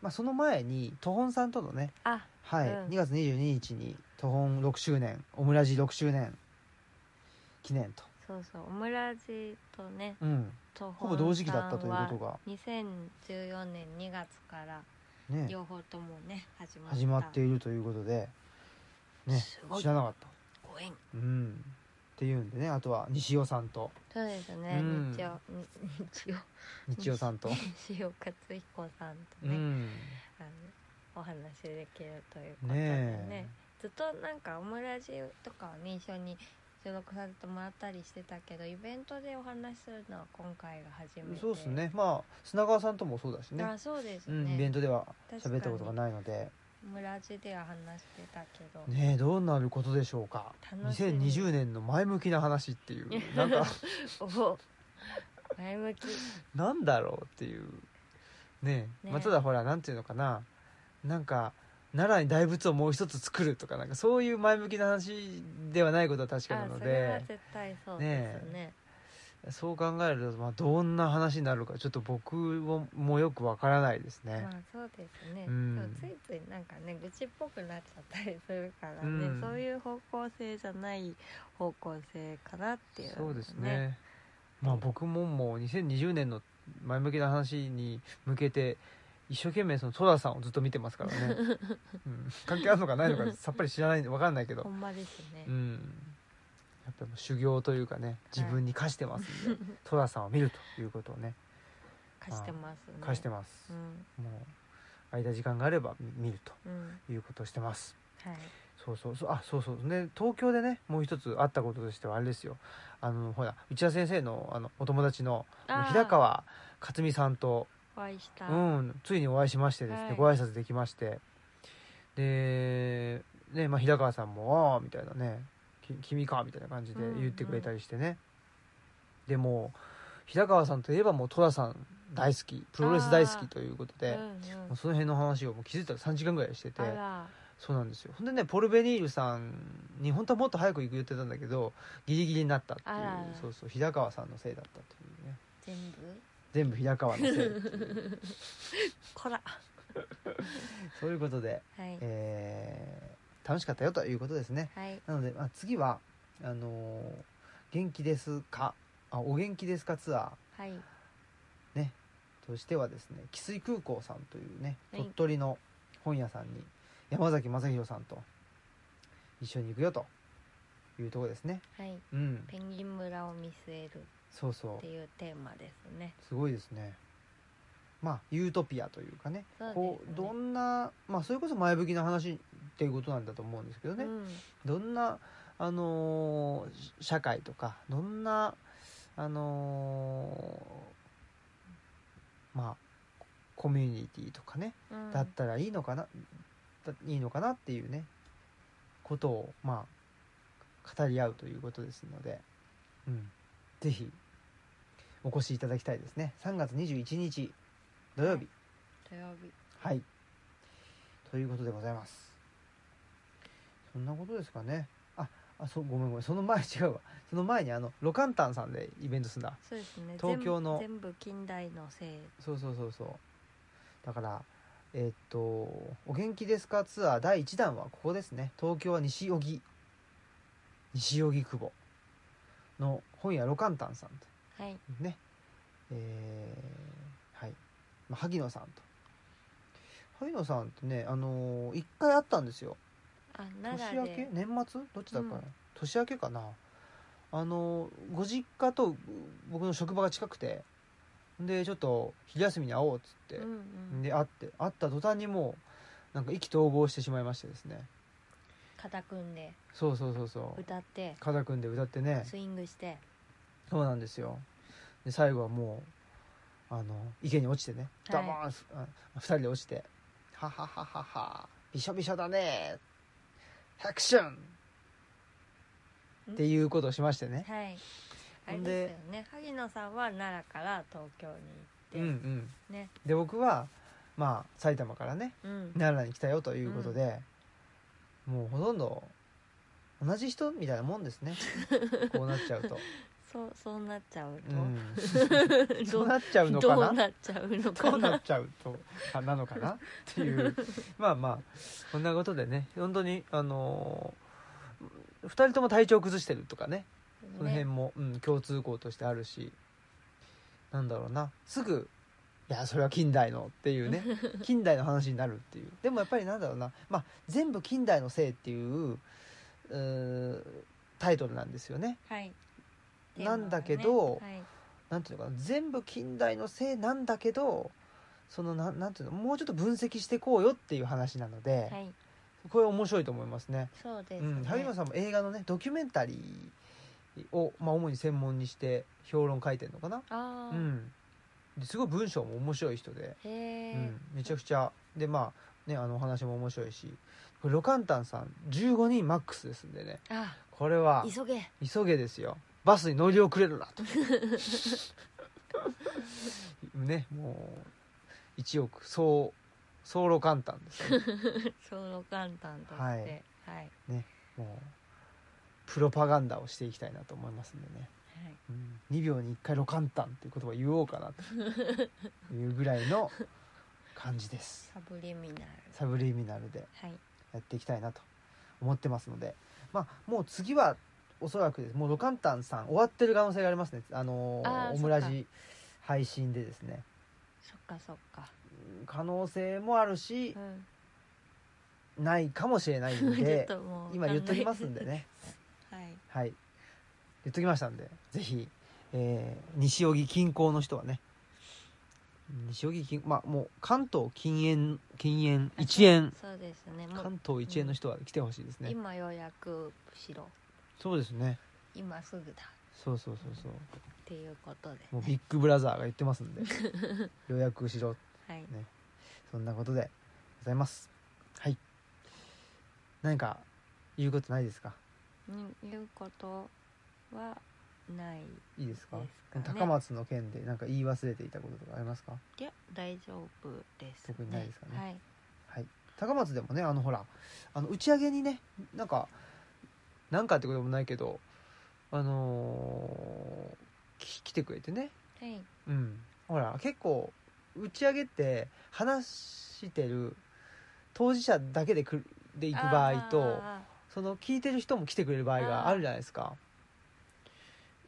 まあその前にトホンさんとのね
あ
はい、
うん
2月22日にトホン6周年オムラジ6周年記念と、
そうそうオムラジとね
うん、
と
ほ
ほ
ぼ同時期だったということが
2014年2月から
ね
両方ともね始まった
始まっているということで、ね
すご、い
知らなかった、
ご縁
うん、っていうんでねあとは西尾さんと
そうですね、
うん
日曜に日
日
曜
尾さんと、
西尾克彦さんと
う
ね、
ん、
あのお話しできるということでね
ねえ
ずっとなんかオムラジとかをね一緒に収録させてもらったりしてたけどイベントでお話しするのは今回が初めて
そうですねまあ砂川さんともそうだしね
あそうです
う
ね、
ん、イベントでは
確かに
喋ったことがないので
オムラジでは話してたけど、
ねえどうなることでしょうか
楽しみ
2020年の前向きな話っていうなんか
お前向き
なんだろうっていうねえ
ね
まあ、ただほらなんていうのかななんか奈良に大仏をもう一つ作るとかなんかそういう前向きな話ではないことは確かな
あ
の
それは
で
絶対そうですよね
そう考えると、まあ、どんな話になるかちょっと僕ももうよくわからないですね
ま。あそうですね、
うん
でもついついなんかね愚痴っぽくなっちゃったりするからね、
うん
そういう方向性じゃない方向性かなっていう、
そうですねまあ僕ももう2020年の前向きな話に向けて一生懸命その寅さんをずっと見てますから
[laughs]
ね、うん、関係あるのかないのかさっぱり知らないわかんないけ
ほ
ど、
んまですね、
うん、やっぱりもう修行というかね自分に課してますんで寅、さんを見るということを
[laughs]
ね
貸してますね
課して
ま
ます、
うん
もう間時間があれば見見る
うん
ということをしてます。
はい
そうそうそうあそうそうね東京でねもう一つあったこととしてはあれですよあのほら内田先生のあのお友達の
あー
平川克美さんと、
お会いした、
う
は
ん、ついにお会いしましてですね、
はい
ご挨拶できましてで、ねまあ、平川さんも「ああ」みたいなね「き君か」みたいな感じで言ってくれたりしてね、でもう平川さんといえばもう寅さん大好きプロレス大好きということ
うん
で、
う
も
ん、
うその辺の話をもう気づいたら3時間ぐらいしてて。
あら
そうなんですよほんでねポルベニールさんに本当はもっと早く行く予定なんだけどギリギリになったっていう
あらあら
そうそう平川さんのせいだったというね
全部
全部平川のせい
[laughs]
っていう
こら
そういうことで、
はい
えー楽しかったよということですね
はい
なので、まあ、次はあのー元気ですかあお元気ですかツア
はい
ーとしてはですね汽水空港さんというね
はい
鳥取の本屋さんに山崎正弘さんと一緒に行くよというところですね
はい
うん
ペンギン村を見据える
そうそう
っていうテーマですね
すごいですねまあユートピアというかね
そうですね
こうどんなまあそれこそ前向きな話っていうことなんだと思うんですけどね、
うん
どんなあのーし社会とかどんなあのーまあコミュニティとかね
うん
だったらいいのかな、だいいのかなっていうねことをまあ語り合うということですので、うん、ぜひお越しいただきたいですね3月21日土曜日
土曜日
はい、ということでございますそんなことですかねああそうごめんごめんその前違うわその前にあのロカンタンさんでイベントするんだ
そうですね
東京の
全部全部近代のせい
そうそうそうそうだからえーっと「お元気ですか?」ツアー第1弾はここですね東京は西荻西荻窪の本屋ロカンタンさん
はい
とねえーはい、まあ、萩野さんと萩野さんってねあのー、1回あったんですよ
あ奈
年
良
明
で
け年末どっちだっけかな、
うん
年明けかなあのご実家とう僕の職場が近くてでちょっと昼休みに会おうっつって、
うんうん
で会って会った途端にもうなんか意気投合してしまいましてですね
肩組んで
そうそうそうそう
歌って
肩組んで歌ってね
スイングして
そうなんですよで最後はもうあの池に落ちてね
は
ダ
い
ボーン、ふあ二人で落ちて「はははははびしょびしょだねハクション!」
ん
っていうことをしましてね
はいあ
ほ
れ
んで
ですよね萩野さんは奈良から東京に
うんう
行って、
ん
ね
で僕はまあ埼玉からね
うん
奈良に来たよということで、もうほとんど同じ人みたいなもんです
[laughs]
ねこうなっちゃうと、
そうそうなっちゃう
う
と、
ん、
[laughs]
[laughs]
ど
そう
う
なっちゃうのか
ど
な
うなっちゃうのか
どうな
な
っちゃうとかなのかなっていうまあまあこんなことでね本当にあのー、2人とも体調崩してるとかねその辺
ね
も、うん、共通項としてあるしなんだろうなすぐ「いやそれは近代の」っていうね近代の話になるっていうでもやっぱりなんだろうな、まあ、全部「近代のせい」っていううータイトルなんですよね。
はい
なんだけど
テーマはねはい
なんていうのかな全部近代のせいなんだけどそのなんなんていうのもうちょっと分析していこうよっていう話なので、
はい、
これ面白いと思いますね。
そうです
う
ね、
ん、萩野さんも映画のねドキュメンタリーを、まあ、主に専門にして評論書いてるのかな、
あ
う
あ、
ん、ですごい文章も面白い人で、
へえ、
うん、めちゃくちゃでまあねあのお話も面白いしこれロカンタンさん15人マックスですんでね
あ
これは
急げ [laughs]
急げですよバスに乗り遅れるなと [laughs] ねもう1億総総ロカンタンですよね
ソロ簡単として
は
はいい、
もうプロパガンダをしていきたいなと思いますんでね、うん、2秒に1回ロカンタンっていう言葉言おうかなというぐらいの感じです
サブリミナル
サブリミナルで
はい
やっていきたいなと思ってますのでまあもう次はおそらくですもうロカンタンさん終わってる可能性がありますねあのー
あー
オムラ
そっ
ジ配信でですね
そっかそっか
可能性もあるし
う、ん
ないかもしれないんで
[laughs] ちょっともう
今言っときますんで
考
ね
え [laughs] はい
はい言っときましたんでぜひ、えー西荻近郊の人はね西荻近まあもう関東近縁近縁
あ
一円
そうそうですねもう
関東一円の人は来てほしいですね、
今予約しろ
そうですね
今すぐだ
そうそうそうそう
っていうことで、
もうビッグブラザーが言ってますんで [laughs] 予約しろ
はい、
そんなことでございますはい何か言うことないですか
にいうことはない
いいですか
ですかね
高松の件で何か言い忘れていたこととかありますか
で大丈夫です、
特にないですかね
はい
はい、高松でもねあのほらあの打ち上げにねなんかなんかってこともないけどあのーき来てくれてね
はい
うんほら結構打ち上げって話してる当事者だけでくるで行く場合と
あ
その聞いてる人も来てくれる場合があるじゃないですか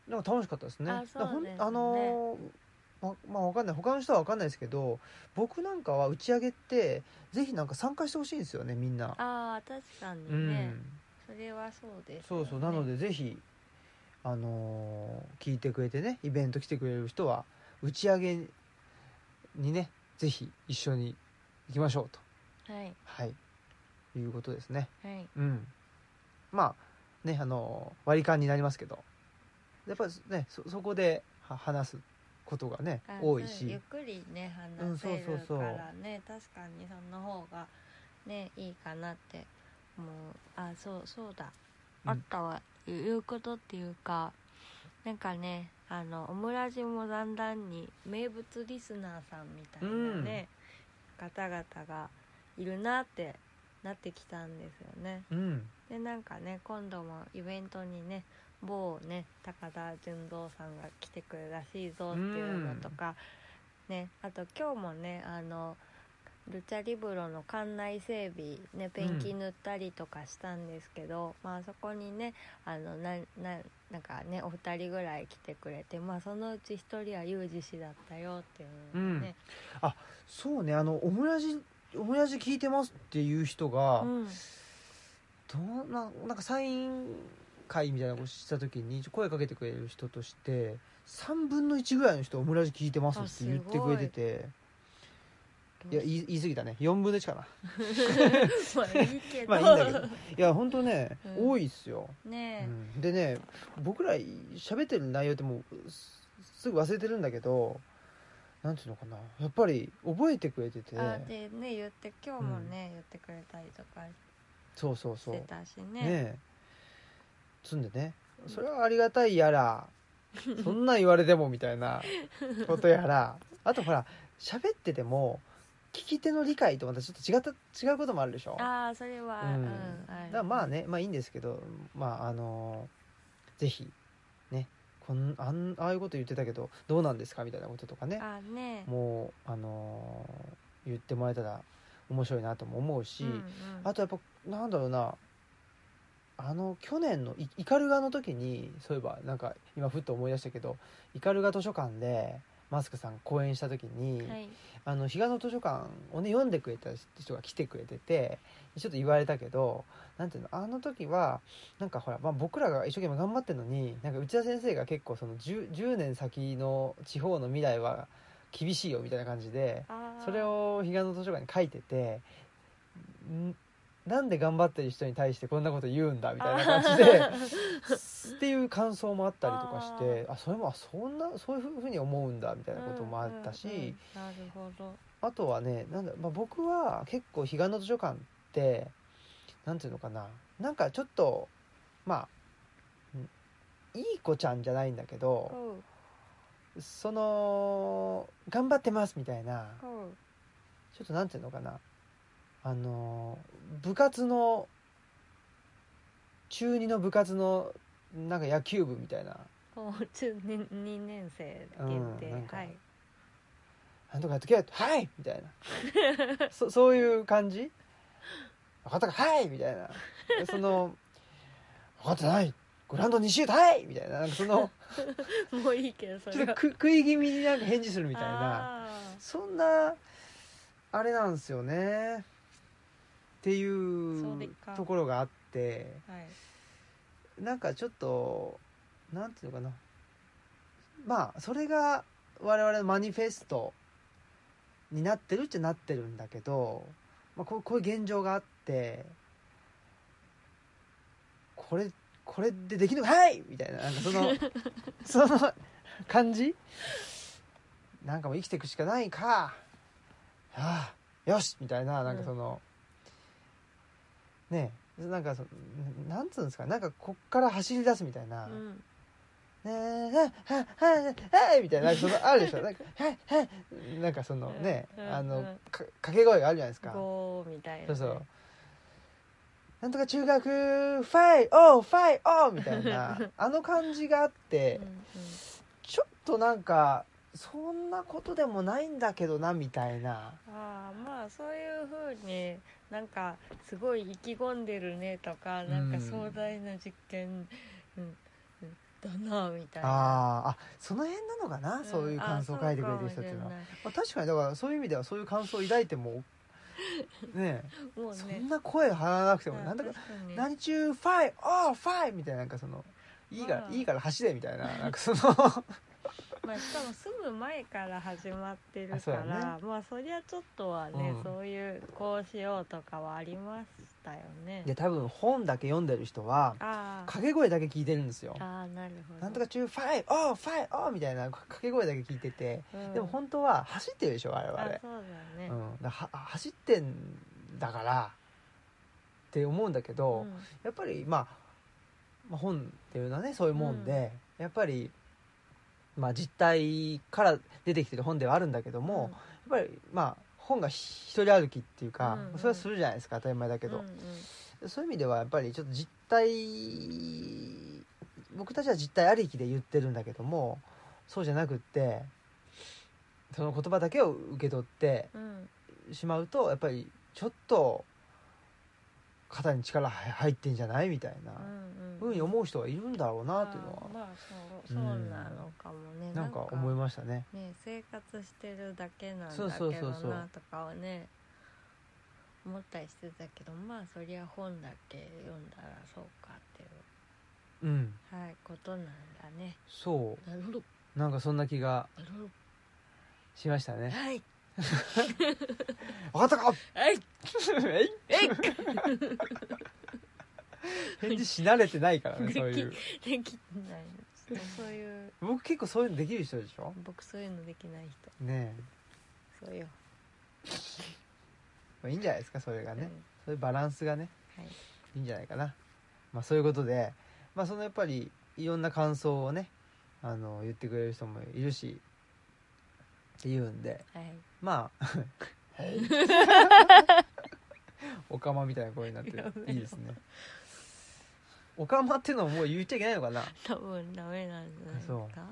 なんか楽しかったですね
あそう
だからほん
ですね
あのーままあわかんない他の人はわかんないですけど僕なんかは打ち上げってぜひなんか参加してほしいんですよねみんな
ーあー確か
う
に
ん、
ね、それはそうですよ
そ
ね、
うそうなのでぜひあのー聞いてくれてねイベント来てくれる人は打ち上げにねぜひ一緒に行きましょうと
はい
はいいうことですね
はい
うん、まあねあの割り勘になりますけどやっぱりねそそこでは話すことがね
あ
多い
そうゆっ
し
くりね
うん
話
そう
せ
そう
る
そう
からね、確かにその方がねいいかなってもうあそうそうだ、
うん
あったわいうことっていうかなんかねあのオムラジもだんだんに名物リスナーさんみたいなね、方々がいるなってなってきたんですよね。
うん
でなんかね今度もイベントにね某ね高田純三さんが来てくるらしいぞっていうのとか、ねあと今日もねあのルチャリブロの館内整備ねペンキ塗ったりとかしたんですけど、まあそこにねあのなななんかねお二人ぐらい来てくれてまあそのうち一人はユージ氏だったよっていうのがね、
そうねあのオムラジオムラジ聞いてますっていう人が、
うん
どんななんかサイン会みたいなことした時に声かけてくれる人として3分の1ぐらいの人オムラジ聞いてますって言ってくれてていや
い
言い言い過ぎたね4分の1かな
[laughs] まあいいけど
まあいいんだけどいや本当ね、
うん
多いっすよ、
[laughs] ね
うんでね僕ら喋ってる内容ってもうすすぐ忘れてるんだけどなんていうのかなやっぱり覚えてくれてて
え、あでね言って今日もね、言ってくれたりとか
そうそう
し
そう
てたし
ね
ね
えつんでねそれはありがたいやらそんなん言われてもみたい
[laughs]
なことやらあとほら喋ってても聞き手の理解とまたちょっと違った違うこともあるでしょだか
ああそれは、
う
うんん
らまあ
ね
ねまあいいんですけどまああのぜひねこんあんああいうこと言ってたけどどうなんですかみたいなこととかね
あーね
もうあの言ってもらえたら面白いなとも思うし、
うんうん
あとやっぱなんだろうなあの去年のイイカルガの時にそういえばなんか今ふっと思い出したけどイカルガ図書館でマスクさん講演した時に、
はい
あの比嘉の図書館をね読んでくれた人が来てくれててちょっと言われたけどなんていうのあの時はなんかほら、まあ、僕らが一生懸命頑張ってるのになんか内田先生が結構その 10, 10年先の地方の未来は厳しいよみたいな感じで
あー
それを彼岸の図書館に書いててんなんで頑張ってる人に対してこんなこと言うんだみたいな感
[laughs]
じで
あ
っていう感想もあったりとかしてあそれもあそんなそういうふうに思うんだみたいな [laughs] こともあったし、
うんうんうんなるほど
あとはねなんだ、まあ、僕は結構彼岸の図書館ってなんていうのかななんかちょっとまあんいい子ちゃんじゃないんだけど
こ
その頑張ってますみたいな
うこう
ちょっとなんていうのかなあのー部活の中二の部活のなんか野球部みたいな
こう中二二年生限定、
うんなんか
はい
「なんとかやってけよ」はい!」みたいなそ [laughs] そういう感じ「分かったかはい!」みたいなその「分かってないグラウンド2周はい!」みたいななんかその
もういいけどそ
ちょ
れ
っと
は
く食い気味になんか返事するみたいな
あー
そんなあれなんですよねってい
そうで
う
か
ところがあって。
はい
なんかちょっとなんていうのかなまあそれが我々のマニフェストになってるっちゃなってるんだけど、まあ、こうこういう現状があってこれこれでできるのかはいみたいななんかそ
[laughs]
のその感じなんかもう生きていくしかないか、はあ、よしみたいななんかその、ねえなんかそなんつうんですかなんかこっから走り出すみたいな。
うん
ねえはいはいはいはいみたいななんかそのあるでしょなんかはいはいなんかそのね
うんうん
あの
うん
か掛け声があるじゃないですか
ゴーみたいな
そうそうなんとか中学ファイオーファイオーみたいなあの感じがあって
うんうん
ちょっとなんかそんなことでもないんだけどなみたいな
あーまあそういうふうになんかすごい意気込んでるねとか
ん
なんか壮大な実験、うんうんだなみたいな
あーあその辺なのかな、
うん
そういう感想を書いてくれてる人っていうのはまあ、確かにだからそういう意味ではそういう感想を抱いて
[laughs]
もね
あそうかも
え
し
そ
れない
ん
もうね
な声張らなくても
あ
なんだか
確かに
何中ファイオーファイみたいななんかそのいいから、
まあ
いいから走れみたいななんかその
[laughs] まあ、しかも住む前から始まってる
あそ
か
うだね
ら、まあそりゃちょっとはね、
うん
そういうこうしようとかはありましたよね
で多分本だけ読んでる人は
あー
掛け声だけ聞いてるんですよ
あーなるほど
なんとか中ファイオーファイオーみたいな掛け声だけ聞いてて、
うん
でも本当は走ってるでしょ我々
あそうだ
う
ね、
ん、だは走ってんだからって思うんだけど、
うん
やっぱり、まあ、まあ本っていうのはねそういうもんで、やっぱり、まあ、実態から出てきてる本ではあるんだけども、やっぱりまあ本がひ一人歩きっていうか、
うんうん
それはするじゃないですか当たり前だけ
うん
ど、
うん
そういう意味ではやっぱりちょっと実態僕たちは実態ありきで言ってるんだけどもそうじゃなくってその言葉だけを受け取って
うん
しまうとやっぱりちょっと肩に力入入ってんじゃないみたいな。
うん
ふうに思う人がいるんだろうなっていうの
あー
は
まあそうそうなのかもね、
なんか思いましたね。
ね生活してるだけなんだけ
そ
ど
うそうそうそう
なとかはね思ったりしてたけどまあそりゃ本だけ読んだらそうかっていう
うん
はいことなんだね
そ
なるほど
うなんかそんな気が
なるほど
しました
[laughs]
ね
はい
分かったか [laughs]
はい
えい
えい
返事し慣れてないからねそういう
[laughs] できないちょっとそういう
僕結構そういうのできる人でしょ
僕そういうのできない人
ねえ
そうよ、
まあいいんじゃないですかそれが
うん
ねそういうバランスがね
はい
いいんじゃないかなまあそういうことでまあそのやっぱりいろんな感想をねあの言ってくれる人もいるしっていうんで
はい
まあ [laughs] おかまみたいな声になって
や
る
めろ
いいですねおかまっていうのはもう言っちゃいけないのか
[laughs]
な
多分ダメなんじゃないです
そう
か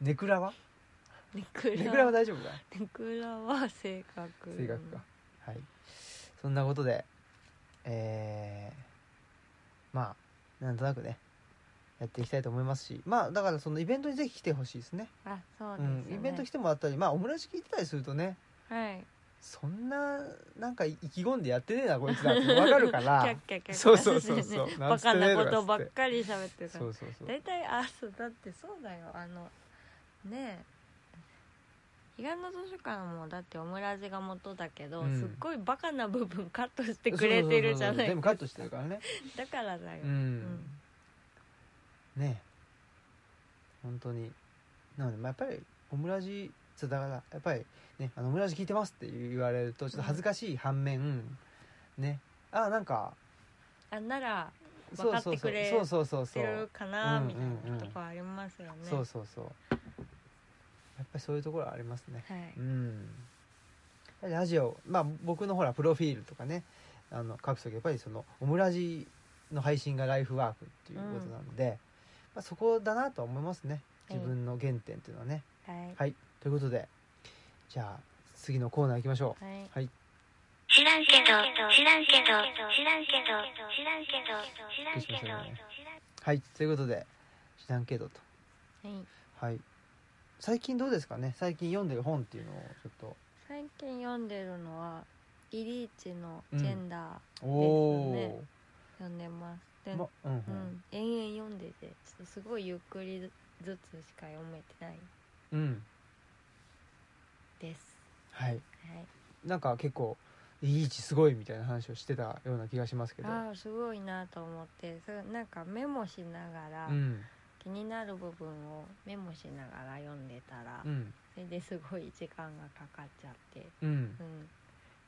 ネクラは
ネク
ネ
ラ
クラは大丈夫か
ネクラは性格
性格かはいそんなことでえーまあなんとなくねやっていきたいと思いますしまあだからそのイベントにぜひ来てほしいですね
あそう
う
ですね、
ん、イベント来てもらったりまあオムラジ聞いてたりするとね
はい
そんななんか意気込んでやってねえなこいつだってわかるか
[laughs] キャ
ら
ッキャッキャッキャ
そうそうそうそう
[laughs] ね
なん
バ
つって
カ
ね
なこと
とか
ば
っつ
っ
って
かり喋ってるか
そ
ら
うそうそう
大体あそうだってそうだよあのねえ彼岸の図書館もだってオムラジが元だけど、
うん
すっごいバカな部分カットしてくれてるじ
そうそうそうそ
ゃない
う全部カットしてるからね
だからだよ、
うん、ねえ本当になので、まあ、やっぱりオムラジそうだからやっぱりねあのオムラジ聞いてますって言われるとちょっと恥ずかしい反面、ねああなんか
あんなら
そ
分か
う
っ
そう
て
そ
く
う
れ
そうそうそうそ
て
う
るかな
うん
みたい
うんうん
なとこありますよね、
そうそうそうやっぱりそういうところはありますね
はい、
うんラジオまあ僕のほらプロフィールとかねあの書くときやっぱりそのオムラジの配信がライフワークっていうことなので、まあ、そこだなとは思いますね自分の原点っていうのはね、
はい
はいということでじゃあ次のコーナー行きましょう
はい
はい
知らんけど、知らんけど、知らんけど、知らんけど、知らんけど、知らんけど。
はいということで知らんけどと
はい
はい最近どうですかね最近読んでる本っていうのをちょっ
最近読んでるのはイリーチのジェンダー、
とおお、
ですね読んでますで、
まうんうん
うん、延々読んでてちょっとすごいゆっくりずつしか読めてない
うん
です
はい
はい
なんか結構いい位置すごいみたいな話をしてたような気がしますけど
ああすごいなと思ってそれなんかメモしながら、
うん
気になる部分をメモしながら読んでたら、
うん
それですごい時間がかかっちゃって
うん
うん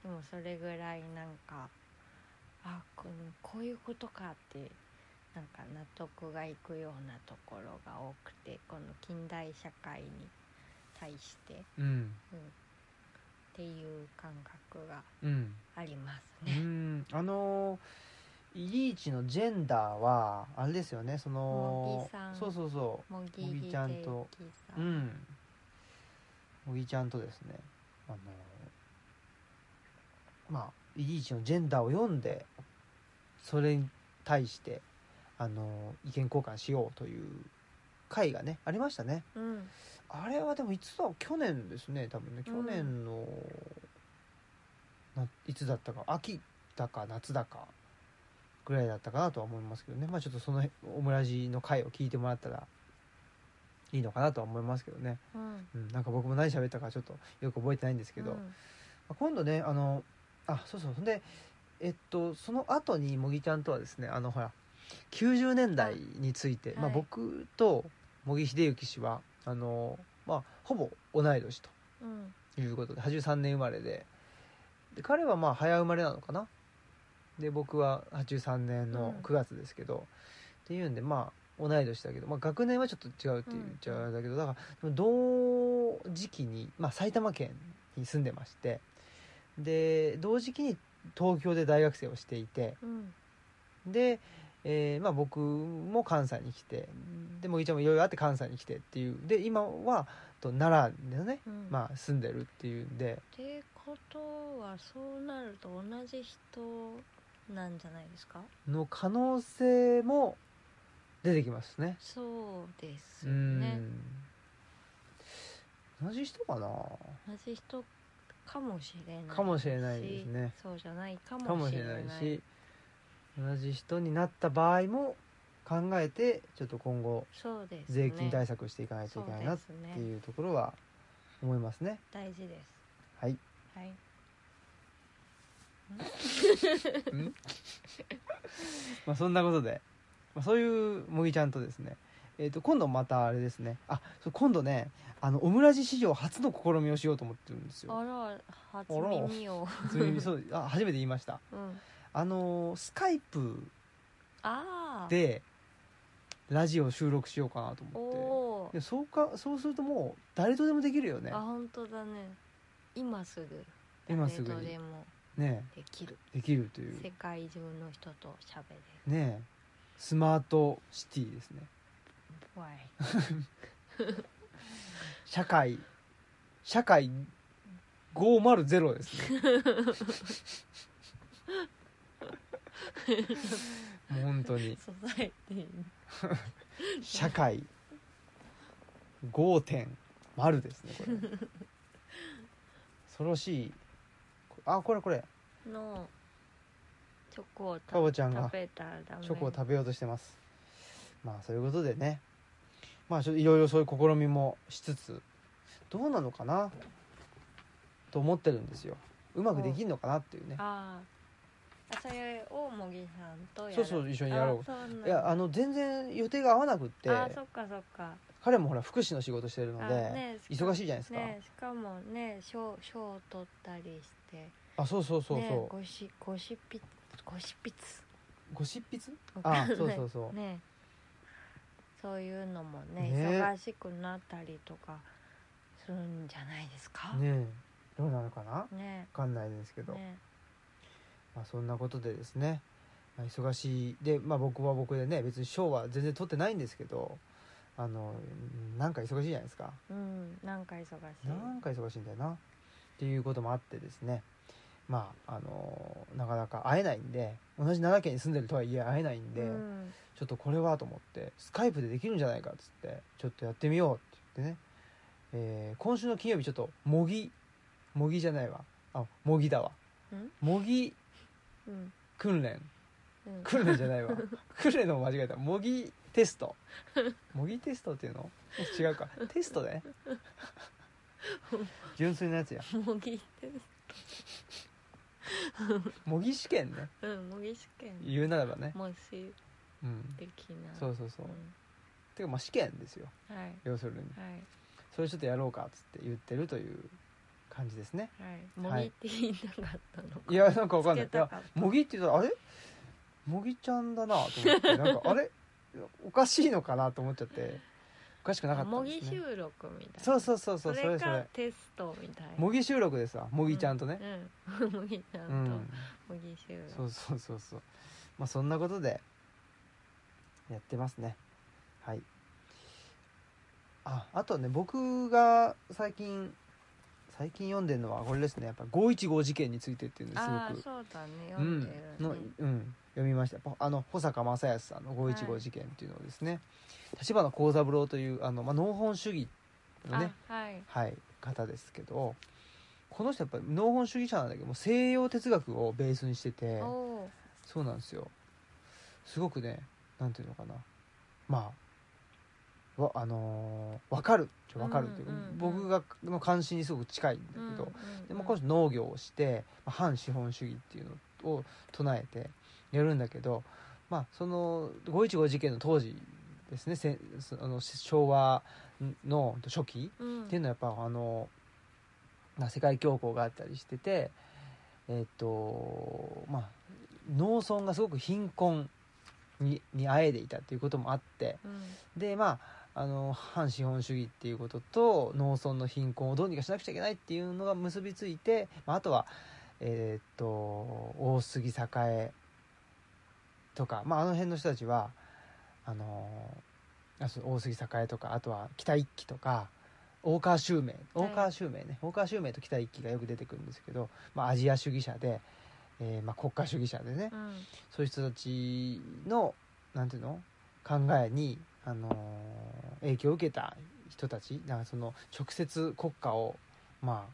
でもそれぐらいなんかあこのこういうことかってなんか納得がいくようなところが多くてこの近代社会に対して、
うん
うん、っていう感覚が
うん
あります
う
ね。
んあのーリーチのジェンダーはあれですよねそ
茂
の
木さん
そうそうそ
もぎ
も
り
ぎ
で
ちゃんと
きさ
ううん小木ちゃんとですねあのーまあリーチのジェンダーを読んでそれに対してあのー意見交換しようという会がねありましたね
うん、
あれはでもいつだ去年ですね多分ね去
うん
年の、ないつだったか秋だか夏だかぐらいだったかなとは思いますけどねまあちょっとその辺オムラジの回を聞いてもらったらいいのかなとは思いますけどね、
うん、
うん、なんか僕も何喋ったかちょっとよく覚えてないんですけど、
う
ま
ん
あ今度ねあのあそうそうほんでえっとその後にもぎちゃんとはですねあのほら90年代について、
あ
まあ、
はい
僕と茂木秀幸氏はあの、まあ、ほぼ同い年
うん
ということで83年生まれでで彼はまあ早生まれなのかなで僕は83年の
うん
9月ですけど、っていうんでまあ同い年だけど、まあ、学年はちょっと違うって言っちゃうあれだけどだからでも同時期に、まあ、埼玉県に住んでましてで同時期に東京で大学生をしていて、
うん
で、えーまあ、僕も関西に来てでもぎちゃんもいろいろあって関西に来てっていうで今はと奈良でね、
うん
まあ、住んでるっていうんで
ってことはそうなると同じ人なんじゃないですか
の可能性も出てきますね。
そうで
う
すよね
ん同じ人かな
同じ人かもしれない
かもしれないですね
そうじゃない
か
かも
もし
しれ
れ
な
ないいし同じ人になった場合も考えてちょっと今後
そうですね
税金対策していかないといけないなっ
そうです
て
ね
いうところは思いますね。
大事です
はい。
はい
まあそんなことで、まあ、そういうもぎちゃんとですね、えー、と今度またあれですねあそう今度ねあのオムラジ史上初の試みをしようと思ってるんですよ。
あら初耳を
普通にそうあ初めて言いました。
うん
あのースカイプ
ああ
でラジオを収録しようかなと
お
思って。
おー
いやそうかそうするともう誰とでもできるよね
あ本当だね今すぐ
今すぐ
誰と
に
でも
ね
できる
できるという
世界中の人と喋れる
ねスマートシティですね
怖い
社会社会500です
[laughs]
ねもう本当に
素材って
社会5.0ですねこれ恐ろしいあこれこれ
のチョコをた
かぼちゃんが
食べたらダメ
チョコを食べようとしてますまあそういうことでねまあちょっといろいろそういう試みもしつつどうなのかなと思ってるんですようまくできんのかなっていうね
あーあそれを茂木さんとや
そうそう一緒にやろ
あそうなん
ういやあの全然予定が合わなくって
あそっかそっか
彼もほら福祉の仕事してるの
あ
で、
ね
忙しいじゃないですか、
ねしかもね賞賞を取ったりして
あそうそうそうそう、
ねごしごしぴごしぴつ
ご執筆
わかん
あ
ない
そう
[laughs]
そうそう、
ねそういうのもね
ね
忙しくなったりとかするんじゃないですかね
ねどうなのかなわ
ね
かんないですけど、
ね
まあ、そんなことでですね、まあ、忙しいで、まあ、僕は僕でね別に賞は全然取ってないんですけどあのなんか忙しいじゃないですか
うんなんか忙しい
なんか忙しいんだよなっていうこともあってですねまああのなかなか会えないんで同じ奈良県に住んでるとはいえ会えないんで、
うん
ちょっとこれはと思ってスカイプでできるんじゃないかっつってちょっとやってみようって言ってね、えー今週の金曜日ちょっと模擬模擬じゃないわあ模擬だわ
ん
模擬
うん
訓練
うん
訓練じゃない
[laughs]
わ訓練の方間違えた模擬テスト模擬テストっていうの違うかテスト
[laughs]
ね純粋なやつや
模擬って
模擬試験ね
うん模擬試験
言うならばね
模試
うん
的な
そうそうそう、
ん
てかまあ試験ですよ
はい
要するに
はい
それちょっとやろうかっつって言ってるという感じですね
はい模擬って言いなかったのか
いやなんかわかんない
つ
い
けた
や
かった
模擬って言ったらあれ模擬ちゃんだなと思 [laughs] ってなんかあれおかしいのかなと思っちゃっておかしくなかった
模
ん
擬
ですね
収録みたいな
そうそうそうそうそれそ
か
れ
テストみたいな
模擬収録ですわ模擬ちゃんとね
うん [laughs] 模擬ちゃん
う
と
ん、
模擬収録
そうそうそうそうまあそんなことでやってますねはいああとね僕が最近最近読んでるのはこれですねやっぱ515事件についてっていうのす
あ
ご
あ
く
そうだね
う
読
ん
んでるね、
のうん、読みましたあの保坂正康さんの「515事件」っていうのをですね立花幸三郎というあの、まあ、農本主義のね、
あはい
はい、方ですけどこの人やっぱり農本主義者なんだけども西洋哲学をベースにしてて
おおー
そうなんですよすごくねなんていうのかなまあわあのーわかるっちゃわかるっていうか、
うんうんうん
僕がの関心にすごく近いんだけ
うん
ど、
うん
でまあ、この人農業をして、まあ、反資本主義っていうのを唱えてやるんだけど、まあ、その515事件の当時ですねせそあの昭和の初期
うん
っていうのはやっぱあの、まあ、世界恐慌があったりしててえっとまあ農村がすごく貧困ににあえでいたっていうこともあって
うん
でまああの反資本主義っていうことと農村の貧困をどうにかしなくちゃいけないっていうのが結びついて、まあ、あとはえーっと大杉栄とか、まあ、あの辺の人たちはあのあそう大杉栄とかあとは北一揆とか大川襲名大川襲名ね、大川襲名と北一揆がよく出てくるんですけど、まあ、アジア主義者で、えーまあ、国家主義者でね、
うん
そういう人たちのなんていうの考えに、あのー影響を受けた人たちだからその直接国家をま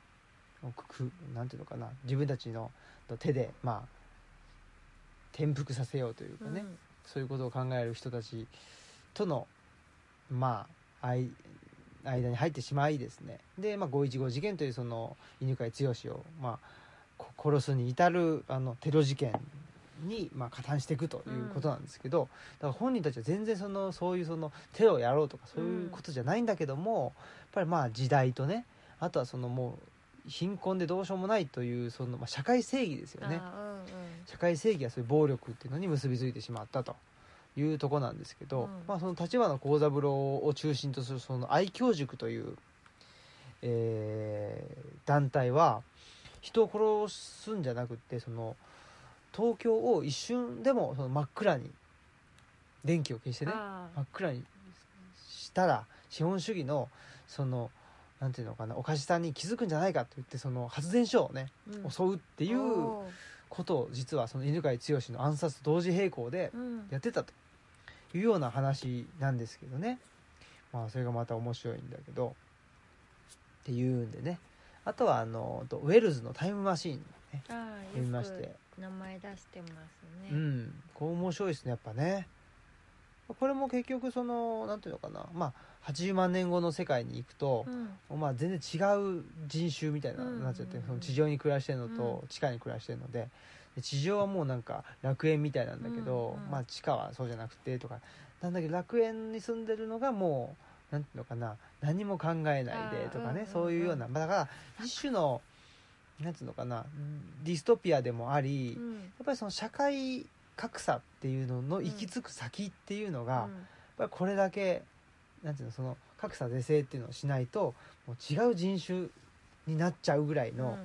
あくくなんていうのかな自分たちの手でまあ転覆させようというかね、
うん
そういうことを考える人たちとのまああい間に入ってしまいですねで、まあ、515事件というその犬飼剛を、まあ、こ殺すに至るあのテロ事件に、まあ、加担していくということなんですけど、だから本人たちは全然そのそういうそのテロをやろうとかそういうことじゃないんだけども、やっぱりまあ時代とねあとはそのもう貧困でどうしようもないというその、まあ、社会正義ですよね。
あー
社会正義がそういう暴力っていうのに結びついてしまったというとこなんですけど、
うん
まあ、その立花幸三郎を中心とするその愛教塾という、えー団体は人を殺すんじゃなくってその東京を一瞬でもその真っ暗に電気を消して
うんうん
ね
あー
真っ暗にしたら資本主義のそのなんていうのかなおかしさに気づくんじゃないかと言ってその発電所をね
うん
襲うっていう。
おー
ことを実はその犬飼剛の暗殺と同時並行で
うん
やってたというような話なんですけどねまあそれがまた面白いんだけどっていうんでねあとはあのとウェルズの「タイムマシーン」ね
あー
読みまし
よ
て
く名前出してます
う
ね。
んこう面白いですねやっぱねこれも結局そのなんていうのかなまあ80万年後の世界に行くと、
うん
まあ、全然違う人種みたいな
うん
なっちゃって、
うん
その地上に暮らしてるのと
う
地下に暮らしてるのでで地上はもうなんか楽園みたいなんだけど、
うんうん
まあ、地下はそうじゃなくてとかなんだけど楽園に住んでるのがもうなんていうのかな何も考えないでとかね、
あーうんうんうん
そういうような、まあ、だから一種のなんていうのかなディストピアでもあり、
う
や
ん
っぱりその社会格差っていうのの行き着く先っていうのが、
うん
やっぱりこれだけなんていうのその格差是正っていうのをしないともう違う人種になっちゃうぐらいの、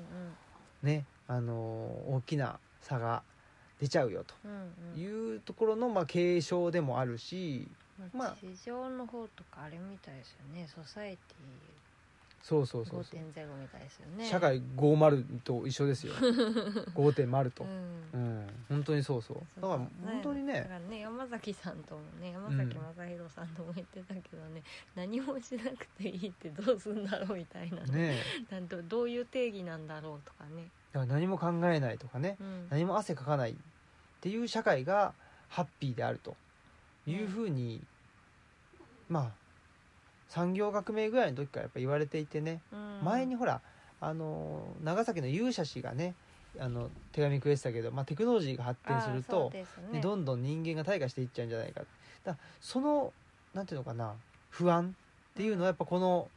ね、あのー大きな差が出ちゃうよと
うんうんうんうん
いうところの、まあ、継承でもあるしま
ま
あ
あ、地上の方とかあれみたいですよねソサエテ
そうそう
ィ
そうそう、
5.0みたいですよね
社会50と一緒です
[laughs]
よ5.0と
う。ん
うん、本当にそうそうだから
そう
本当に
だか
ね
らね山崎さんともね山
ん
崎正弘さんとも言ってたけどね、何もしなくていいってどうすんだろうみたいな、
ね
なんとどういう定義なんだろうとかね、
だから何も考えないとかね
うん、
何も汗かかないっていう社会がハッピーであるというふうに、まあ産業革命ぐらいの時からやっぱ言われていてね、
うん
前にほらあの長崎の勇者氏がねあの手紙くれてたけど、まあ、テクノロジーが発展する
あーそう
と、
です
ね
ね
どんどん人間が退化していっちゃうんじゃないかだそのなんていうのかな不安っていうのはやっぱこの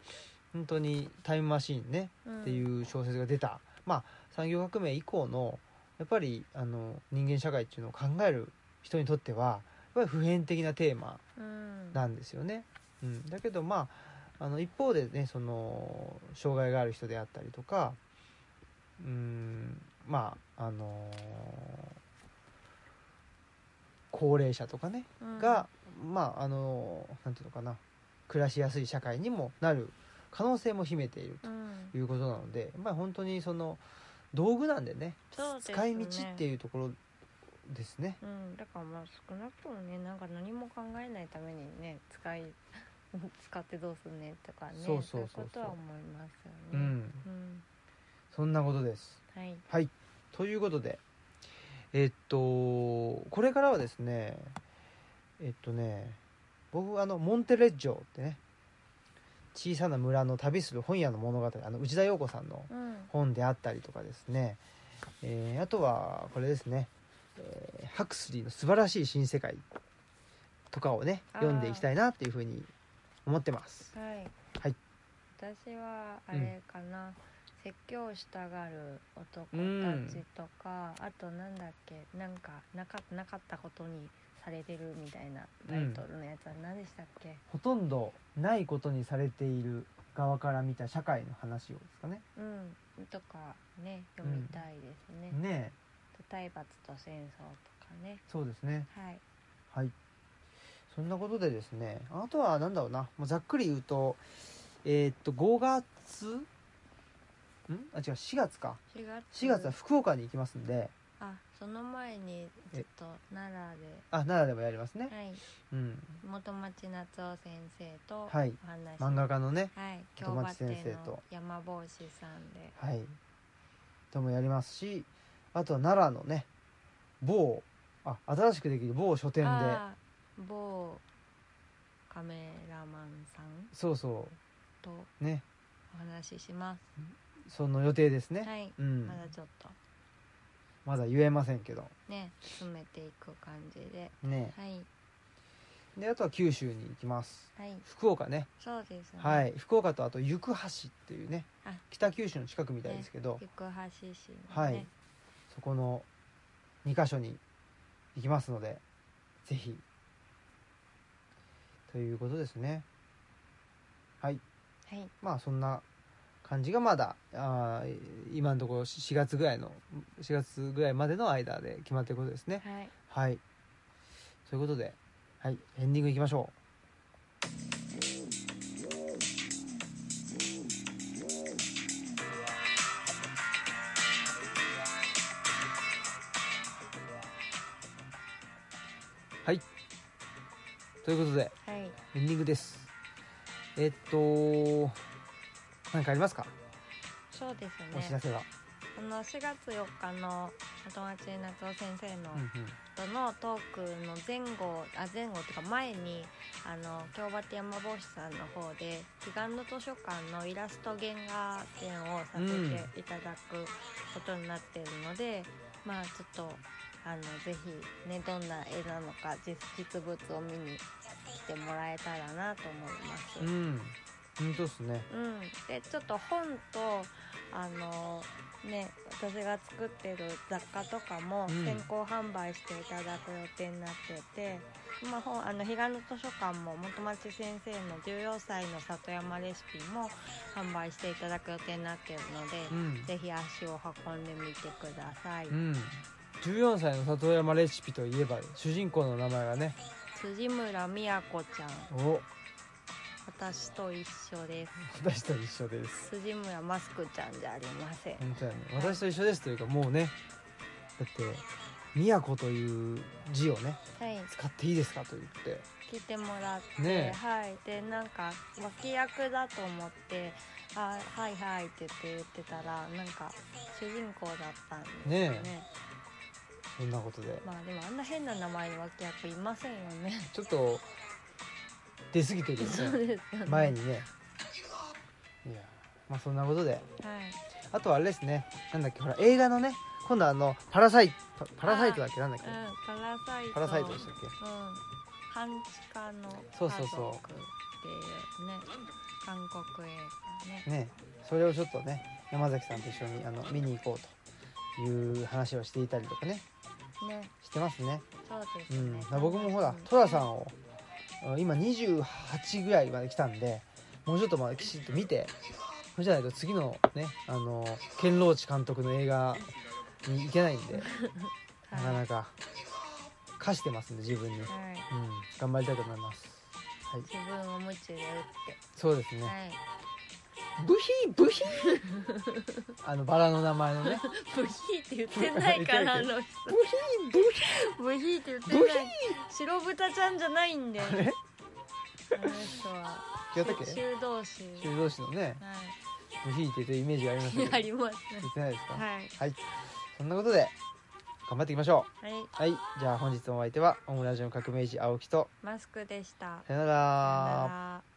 本当に「タイムマシーンね」ってい
うん
う小説が出た、まあ産業革命以降のやっぱりあの人間社会っていうのを考える人にとってはやっぱり普遍的なテーマ
うん
なんですよね。うん、だけどまああの一方でねその障害がある人であったりとかうんまああの高齢者とかね
うん
が、まああのなんていうのかな暮らしやすい社会にもなる可能性も秘めている
うん
ということなので、まあ、本当にその道具なんでね
そうですね
使い道っていうところですね。
うん、だからまあ少なくともねなんか何も考えないためにね使い [laughs] 使ってどうすんねとかね
そうそうそうそう
いうことは思いますよね。
うん、
うん
そんなことです。
はい、
はいということでえっとこれからはですねえっとね僕あのモンテレッジョってね小さな村の旅する本屋の物語あの内田洋子さんの
うん
本であったりとかですね、えーあとはこれですね、えーハクスリーの「素晴らしい新世界」とかをね
あー
読んでいきたいなっていうふうに思ってます。
はい、
はい
私はあれかな、説教したがる男たちとか、あとなんだっけなんかなかなかったことにされてるみたいなタイトルのやつは何でしたっけ、
ほとんどないことにされている側から見た社会の話をですかね。
うん、とかね読みたいですね。
ねえ
体罰と戦争とかね
そうですね
はい
はいそんなことでですねあとはなんだろうなもうざっくり言うとえーっと5月んあ違う4月か
4月
4月は福岡に行きますんで
あその前にちょっと奈良
あ奈良でもやりますね
ではい
うん
元町夏夫先生とお
は
話
い
し、
漫画家のね
はい京
元
馬
町
亭
先生と
の山帽子さんで
はいともやりますしあとは奈良のね某あ新しくできる某書店で
あー某カメラマンさん
そうそ
と
うね
お話しします
その予定ですね、
はい、
うん
まだちょっと
まだ言えませんけど
ね詰めていく感じで
ね
はい
であとは九州に行きます
はい
福岡ね
そうですね
はい福岡とあと行橋っていうね
あ
北九州の近くみたいですけど、
行橋市のね
はいそこの2か所に行きますのでぜひということですね
はい
まあそんな感じがまだあー今のところ4月ぐらいの4月ぐらいまでの間で決まっていることですね
は
は
い
いということで、はい、エンディングいきましょうはいということで
はい
エンディングですえっと何かありますか
そうです
お知
ね
らせは、
この4月4日のお友達夏夫先生の
うんうん
とのトークの前後あ前後っていうか前にあの京バテ山帽子さんの方で彼岸の図書館のイラスト原画展をさせていただくことになっているので、まあちょっとあのぜひねどんな絵なのか実実物を見に来てもらえたらなと思います。
うん本当ですね
うん、でちょっと本とあのね私が作ってる雑貨とかも
うん
先行販売していただく予定になってて、まあ、本あの彼岸の図書館も元町先生の14歳の里山レシピも販売していただく予定になっているので、
うん
ぜひ足を運んでみてください、
うん、14歳の里山レシピといえば主人公の名前がね
辻村美也子ちゃん
お
私と一緒です
私と一緒です
辻村マスクちゃんじゃありません
本当やね私と一緒ですというかもうねだって「宮古」という字をね
はい
使っていいですかと言って
来てもらって、
ねえ
はいでなんか脇役だと思って「あはいはい」って言って言ってたらなんか主人公だったんですね
ねそんなことで
まあでもあんな変な名前の脇役いませんよね
ちょっと出過ぎてるよ
そう
ね
ですよね
前にねいやまあそんなことで
はい、
あとはあれですねなんだっけほら映画のね今度あの「パラサイパパラサイト」だっけなんだっけ
うん、パラサイト
パラサイトでしたっけ
うん半地下の家
そう
族
そ
っていうう
そう
ね韓国映画ね
ね、それをちょっとね山崎さんと一緒にあの見に行こうという話をしていたりとかね
ね
してますね、
そうです
う
ね、
ん、だから僕もほら寅さんをあ今28ぐらいまで来たんでもうちょっとまあきちっと見てそうじゃないと次のねあのケンローチ監督の映画に行けないんでなか
はい
なか貸してますんで自分に、うん、
はい、
頑張りたいと思いますはい
自分を夢中で打って
そうですね
はい。
ブヒーブヒーあのバラの名前
[laughs]
のね
ブヒーって言ってないからあの人。
ブヒーブヒー
ブヒーって言ってない。白豚ちゃんじゃないんで。あ
あれ
の人は。
違ったっけ
修道士。
修道士のね
は
部品っていうイメージがありましたけ
い。
ど
[laughs] あ
言
りますね。
ってないですか
はい。
はい、
はい。
そんなことで頑張っていきましょうはいじゃあ本日のお相手はオムラジオの革命児青木と
マスクでした。
さよな
さよ
ら
なら